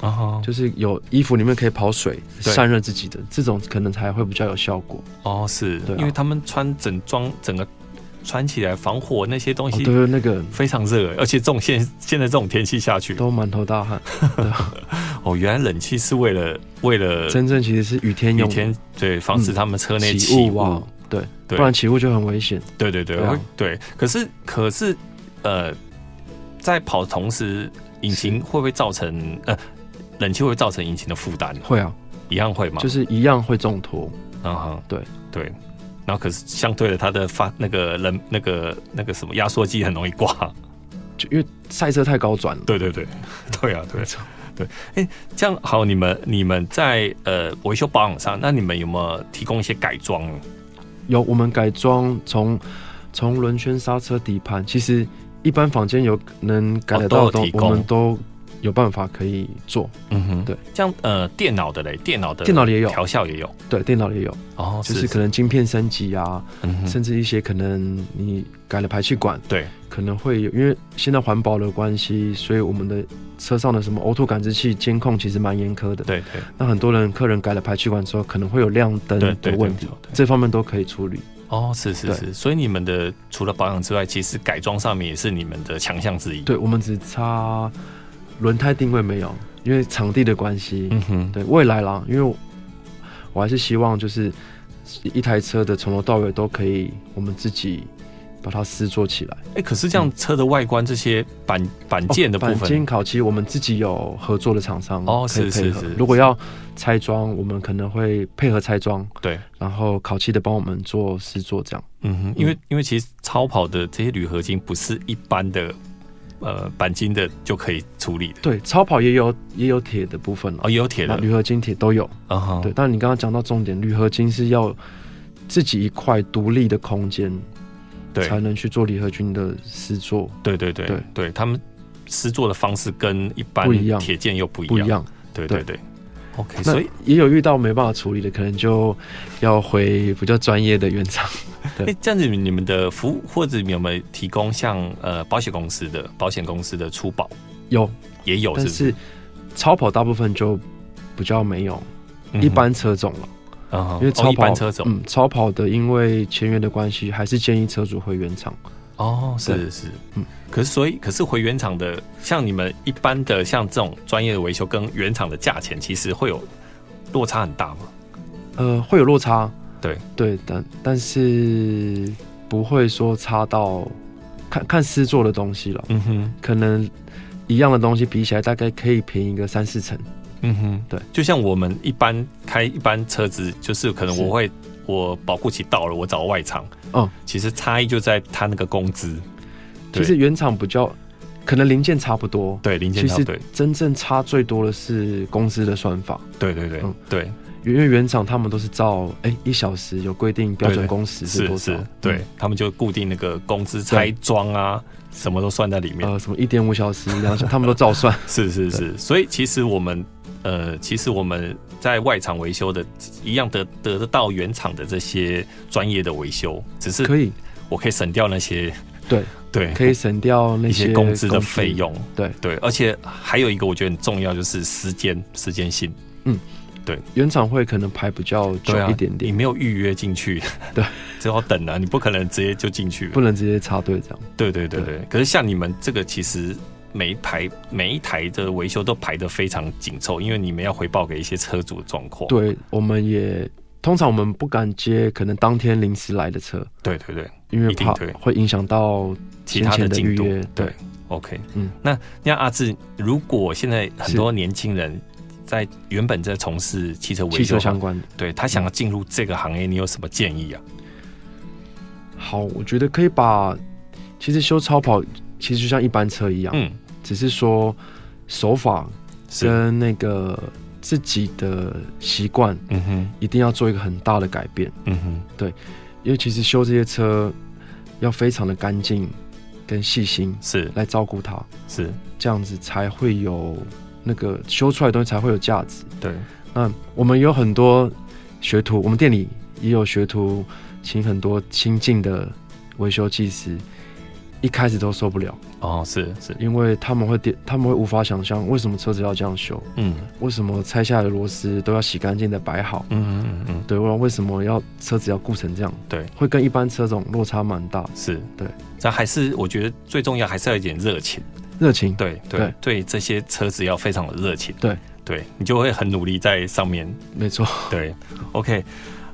Speaker 2: 然后
Speaker 3: 就是有衣服里面可以跑水
Speaker 2: 对
Speaker 3: 散热自己的，这种可能才会比较有效果。
Speaker 2: 哦是、
Speaker 3: 对啊
Speaker 2: 因为他们穿整装整个穿起来防火那些东
Speaker 3: 哦，
Speaker 2: 西
Speaker 3: 对，那个
Speaker 2: 非常热，而且这种现现在这种天气下去，
Speaker 3: 都满头大汗，
Speaker 2: 哦，原来冷气是为了为了
Speaker 3: 真正其实是雨天
Speaker 2: 雨
Speaker 3: 用，
Speaker 2: 天对防止他们车内
Speaker 3: 起
Speaker 2: 起
Speaker 3: 雾
Speaker 2: 雾，
Speaker 3: 啊，对，
Speaker 2: 对
Speaker 3: 不然起雾就很危险。
Speaker 2: 对对对
Speaker 3: 对啊
Speaker 2: 会对，可是可是呃，在跑的同时，引擎会不会造成呃冷气会不会造成引擎的负担？
Speaker 3: 会啊，
Speaker 2: 一样会吗？
Speaker 3: 就是一样会中脱。
Speaker 2: 嗯哼，
Speaker 3: 对
Speaker 2: 对，然后可是相对的，它的发那个冷那个那个什么压缩机很容易挂。
Speaker 3: 就因为赛车太高转了，
Speaker 2: 对对 对，对啊，对对。哎，这样好，你们你们在呃维修保养上，那你们有没有提供一些改装？
Speaker 3: 有我们改装从从轮圈、刹车、底盘，其实一般房间有能改
Speaker 2: 哦
Speaker 3: 得
Speaker 2: 都
Speaker 3: 到
Speaker 2: 有
Speaker 3: 的东
Speaker 2: 提，
Speaker 3: 我们
Speaker 2: 供
Speaker 3: 都有办法可以做。
Speaker 2: 嗯哼，
Speaker 3: 对。
Speaker 2: 这样呃，电脑的嘞，电脑的
Speaker 3: 电脑也有
Speaker 2: 调校也有
Speaker 3: 对，电脑也有，
Speaker 2: 哦，
Speaker 3: 就是可能晶片升级啊，
Speaker 2: 嗯哼
Speaker 3: 甚至一些可能你改了排气管，
Speaker 2: 对，
Speaker 3: 可能会有，因为现在环保的关系，所以我们的车上的什么呕吐感知器监控其实蛮严苛的。
Speaker 2: 对对
Speaker 3: 那很多人客人改了排气管之后，可能会有亮灯
Speaker 2: 对
Speaker 3: 的
Speaker 2: 对
Speaker 3: 问题，
Speaker 2: 对对
Speaker 3: 这方面都可以处理。
Speaker 2: 哦，是是
Speaker 3: 对
Speaker 2: 是，所以你们的除了保养之外，其实改装上面也是你们的强项之一。，
Speaker 3: 对，我们只差轮胎定位没有，因为场地的关系。
Speaker 2: 嗯哼，
Speaker 3: 对，未来啦，因为我我还是希望就是一台车的从头到尾都可以我们自己把它施作起来。
Speaker 2: 哎，可是这
Speaker 3: 嗯
Speaker 2: 样车的外观这些板板
Speaker 3: 哦
Speaker 2: 件的部
Speaker 3: 钣
Speaker 2: 分
Speaker 3: 金，烤漆我们自己有合作的厂商
Speaker 2: 哦
Speaker 3: 可以
Speaker 2: 是
Speaker 3: 配
Speaker 2: 是
Speaker 3: 合
Speaker 2: 是
Speaker 3: 如果要拆装，我们可能会配合拆装，
Speaker 2: 对，
Speaker 3: 然后烤漆的帮我们做试做这样。
Speaker 2: 嗯哼，因为因为其实超跑的这些铝合金不是一般的呃钣金的就可以处理的，
Speaker 3: 对，超跑也有也有铁的部分了，
Speaker 2: 哦，也有铁
Speaker 3: 那
Speaker 2: 的，
Speaker 3: 铝合金铁都有。
Speaker 2: 啊哈，
Speaker 3: 对，但你刚刚讲到重点，铝合金是要自己一块独立的空间
Speaker 2: 对
Speaker 3: 才能去做铝合金的施作，
Speaker 2: 对对对
Speaker 3: 对
Speaker 2: 对，他们施作的方式跟一般
Speaker 3: 不一样
Speaker 2: 铁件又不一
Speaker 3: 不一
Speaker 2: 样，
Speaker 3: 样。
Speaker 2: 对对
Speaker 3: 对
Speaker 2: 对。OK，
Speaker 3: 那
Speaker 2: 所以
Speaker 3: 也有遇到没办法处理的，可能就要回比较专业的原厂。
Speaker 2: 哎、这样子你们的服务或者你们有没有提供像呃保险公司的保险公司的出保
Speaker 3: 有，
Speaker 2: 也有哦是
Speaker 3: 但
Speaker 2: 不是？
Speaker 3: 是超跑大部分就比较没有一般车种了，
Speaker 2: 嗯哼，
Speaker 3: 因为
Speaker 2: 哦
Speaker 3: 超跑、
Speaker 2: 一般车种
Speaker 3: 嗯，超跑的因为签约的关系，还是建议车主回原厂。
Speaker 2: 哦，是
Speaker 3: 对
Speaker 2: 是是，嗯
Speaker 3: 嗯，
Speaker 2: 可是所以可是回原厂的，像你们一般的像这种专业的维修跟原厂的价钱，其实会有落差很大吗？
Speaker 3: 呃，会有落差，
Speaker 2: 对
Speaker 3: 对，但但是不会说差到看看师做的东西了，
Speaker 2: 嗯哼，
Speaker 3: 可能一样的东西比起来，大概可以便宜个三四成。
Speaker 2: 嗯哼，
Speaker 3: 对，
Speaker 2: 就像我们一般开一般车子，就是哦可能
Speaker 3: 是
Speaker 2: 我会我保护期到了，我找外厂，
Speaker 3: 嗯，
Speaker 2: 其实差异就在他那个工资，
Speaker 3: 其
Speaker 2: 对
Speaker 3: 实原厂比较可能零件差不多，
Speaker 2: 对零件
Speaker 3: 其
Speaker 2: 差
Speaker 3: 实
Speaker 2: 不多，
Speaker 3: 真正差最多的是公司的算法，
Speaker 2: 对对对
Speaker 3: 嗯
Speaker 2: 对
Speaker 3: 因为原厂他们都是照哎一小时有规定标
Speaker 2: 对
Speaker 3: 准
Speaker 2: 对
Speaker 3: 工时是
Speaker 2: 是
Speaker 3: 多少嗯
Speaker 2: 是，，对他们就固定那个工资拆装啊，什么都算在里面。
Speaker 3: 呃什么一点五小时、两小时，他们都照 算。
Speaker 2: 是是是，所以其实我们呃，其实我们在外厂维修的，一样得得得到原厂的这些专业的维修，只是
Speaker 3: 可以
Speaker 2: 我可以省掉那些
Speaker 3: 对
Speaker 2: 对
Speaker 3: 可以省掉那
Speaker 2: 一
Speaker 3: 些
Speaker 2: 些工资的费用，
Speaker 3: 对
Speaker 2: 对，而且还有一个我觉得很重要就是时间时间性，
Speaker 3: 原厂会可能排比较久
Speaker 2: 对啊
Speaker 3: 一点
Speaker 2: 你
Speaker 3: 点，
Speaker 2: 没有预约进去，
Speaker 3: 对，
Speaker 2: 只好等啊，你不可能直接就进去了，
Speaker 3: 不能直接插队这样。
Speaker 2: 对对对对，可是像你们这个，其实每一排每一台的维修都排得非常紧凑，因为你们要回报给一些车主的状况。
Speaker 3: 对，我们也通常我们不敢接可能当天临时来的车，
Speaker 2: 对对对，
Speaker 3: 因为
Speaker 2: 一定
Speaker 3: 怕
Speaker 2: 对
Speaker 3: 会影响到
Speaker 2: 其他
Speaker 3: 先
Speaker 2: 的
Speaker 3: 前
Speaker 2: 进
Speaker 3: 的
Speaker 2: 度
Speaker 3: 预约对
Speaker 2: OK，嗯
Speaker 3: 嗯，
Speaker 2: 那那阿志，如果现在很多年轻人在原本在从事汽车维
Speaker 3: 汽
Speaker 2: 修
Speaker 3: 车相
Speaker 2: 行，
Speaker 3: 关的。
Speaker 2: 对他想要进入这个行业，你有什么建议啊？
Speaker 3: 好，我觉得可以把，其实修超跑其实就像一般车一样，
Speaker 2: 嗯，
Speaker 3: 只是说手法
Speaker 2: 是，
Speaker 3: 跟那个自己的习惯
Speaker 2: 嗯哼，
Speaker 3: 一定要做一个很大的改变，
Speaker 2: 嗯哼，
Speaker 3: 因为其实修这些车要非常的干净跟细心
Speaker 2: 是
Speaker 3: 来照顾它，
Speaker 2: 是，
Speaker 3: 这样子才会有那个修出来的东西才会有价值。
Speaker 2: 对，
Speaker 3: 那嗯我们有很多学徒，我们店里也有学徒，请很多新进的维修技师，一开始都受不了，
Speaker 2: 哦，是是，
Speaker 3: 因为他们会点，他们会无法想象为什么车子要这样修，
Speaker 2: 嗯
Speaker 3: 为什么拆下来的螺丝都要洗干净的摆好，
Speaker 2: 嗯嗯嗯嗯，
Speaker 3: 对，不然为什么要车子要顾成这样？
Speaker 2: 对，
Speaker 3: 会跟一般车种落差蛮大。
Speaker 2: 是
Speaker 3: 对，
Speaker 2: 但还是我觉得最重要还是要一点热情。
Speaker 3: 热情，
Speaker 2: 对对对
Speaker 3: 对
Speaker 2: 这些车子要非常有热情。
Speaker 3: 对
Speaker 2: 对，你就会很努力在上面。
Speaker 3: 没错，
Speaker 2: 对，OK。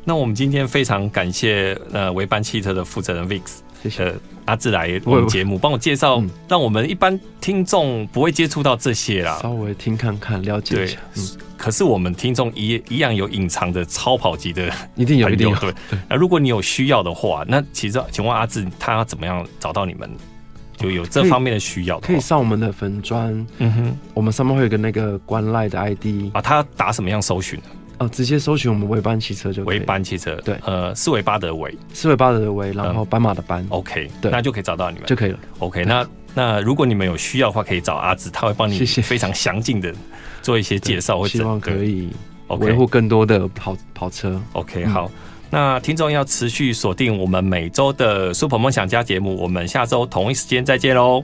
Speaker 2: 那我们今天非常感谢呃维班汽车的负责人 Vix，
Speaker 3: 谢谢。
Speaker 2: 呃阿志来
Speaker 3: 不
Speaker 2: 我
Speaker 3: 会
Speaker 2: 们
Speaker 3: 不会
Speaker 2: 节目，帮我介绍
Speaker 3: 嗯，
Speaker 2: 让我们一般听众不会接触到这些啦。
Speaker 3: 稍微听看看，了解一
Speaker 2: 对
Speaker 3: 下，嗯，
Speaker 2: 可是我们听众一一样有隐藏的超跑级的
Speaker 3: 一定有，
Speaker 2: 朋
Speaker 3: 一定
Speaker 2: 友
Speaker 3: 有。
Speaker 2: 对。那如果你有需要的话，那其实请问阿志他要怎么样找到你们？就有这
Speaker 3: 可以
Speaker 2: 方面的需要的
Speaker 3: 可以
Speaker 2: 话，
Speaker 3: 上我们的粉砖，
Speaker 2: 嗯哼，
Speaker 3: 我们上面会有个那个官赖的 ID，
Speaker 2: 啊，他打什么样搜寻？
Speaker 3: 哦，直接搜寻我们维班汽车就可以。
Speaker 2: 维，班汽车，
Speaker 3: 对
Speaker 2: 呃，是维巴德维
Speaker 3: 斯维巴德的维，然
Speaker 2: 嗯
Speaker 3: 后斑马的斑、
Speaker 2: ，OK，
Speaker 3: 对
Speaker 2: 那就可以找到你们
Speaker 3: 就可以了。
Speaker 2: ，OK，那那如果你们有需要的话，可以找阿紫，他会帮你
Speaker 3: 谢谢
Speaker 2: 非常详尽的做一些介绍或
Speaker 3: 希望可以维
Speaker 2: OK
Speaker 3: 护更多的跑跑车。
Speaker 2: OK
Speaker 3: 嗯
Speaker 2: 好。那听众要持续锁定我们每周的 Super 梦想家节目，我们下周同一时间再见喽，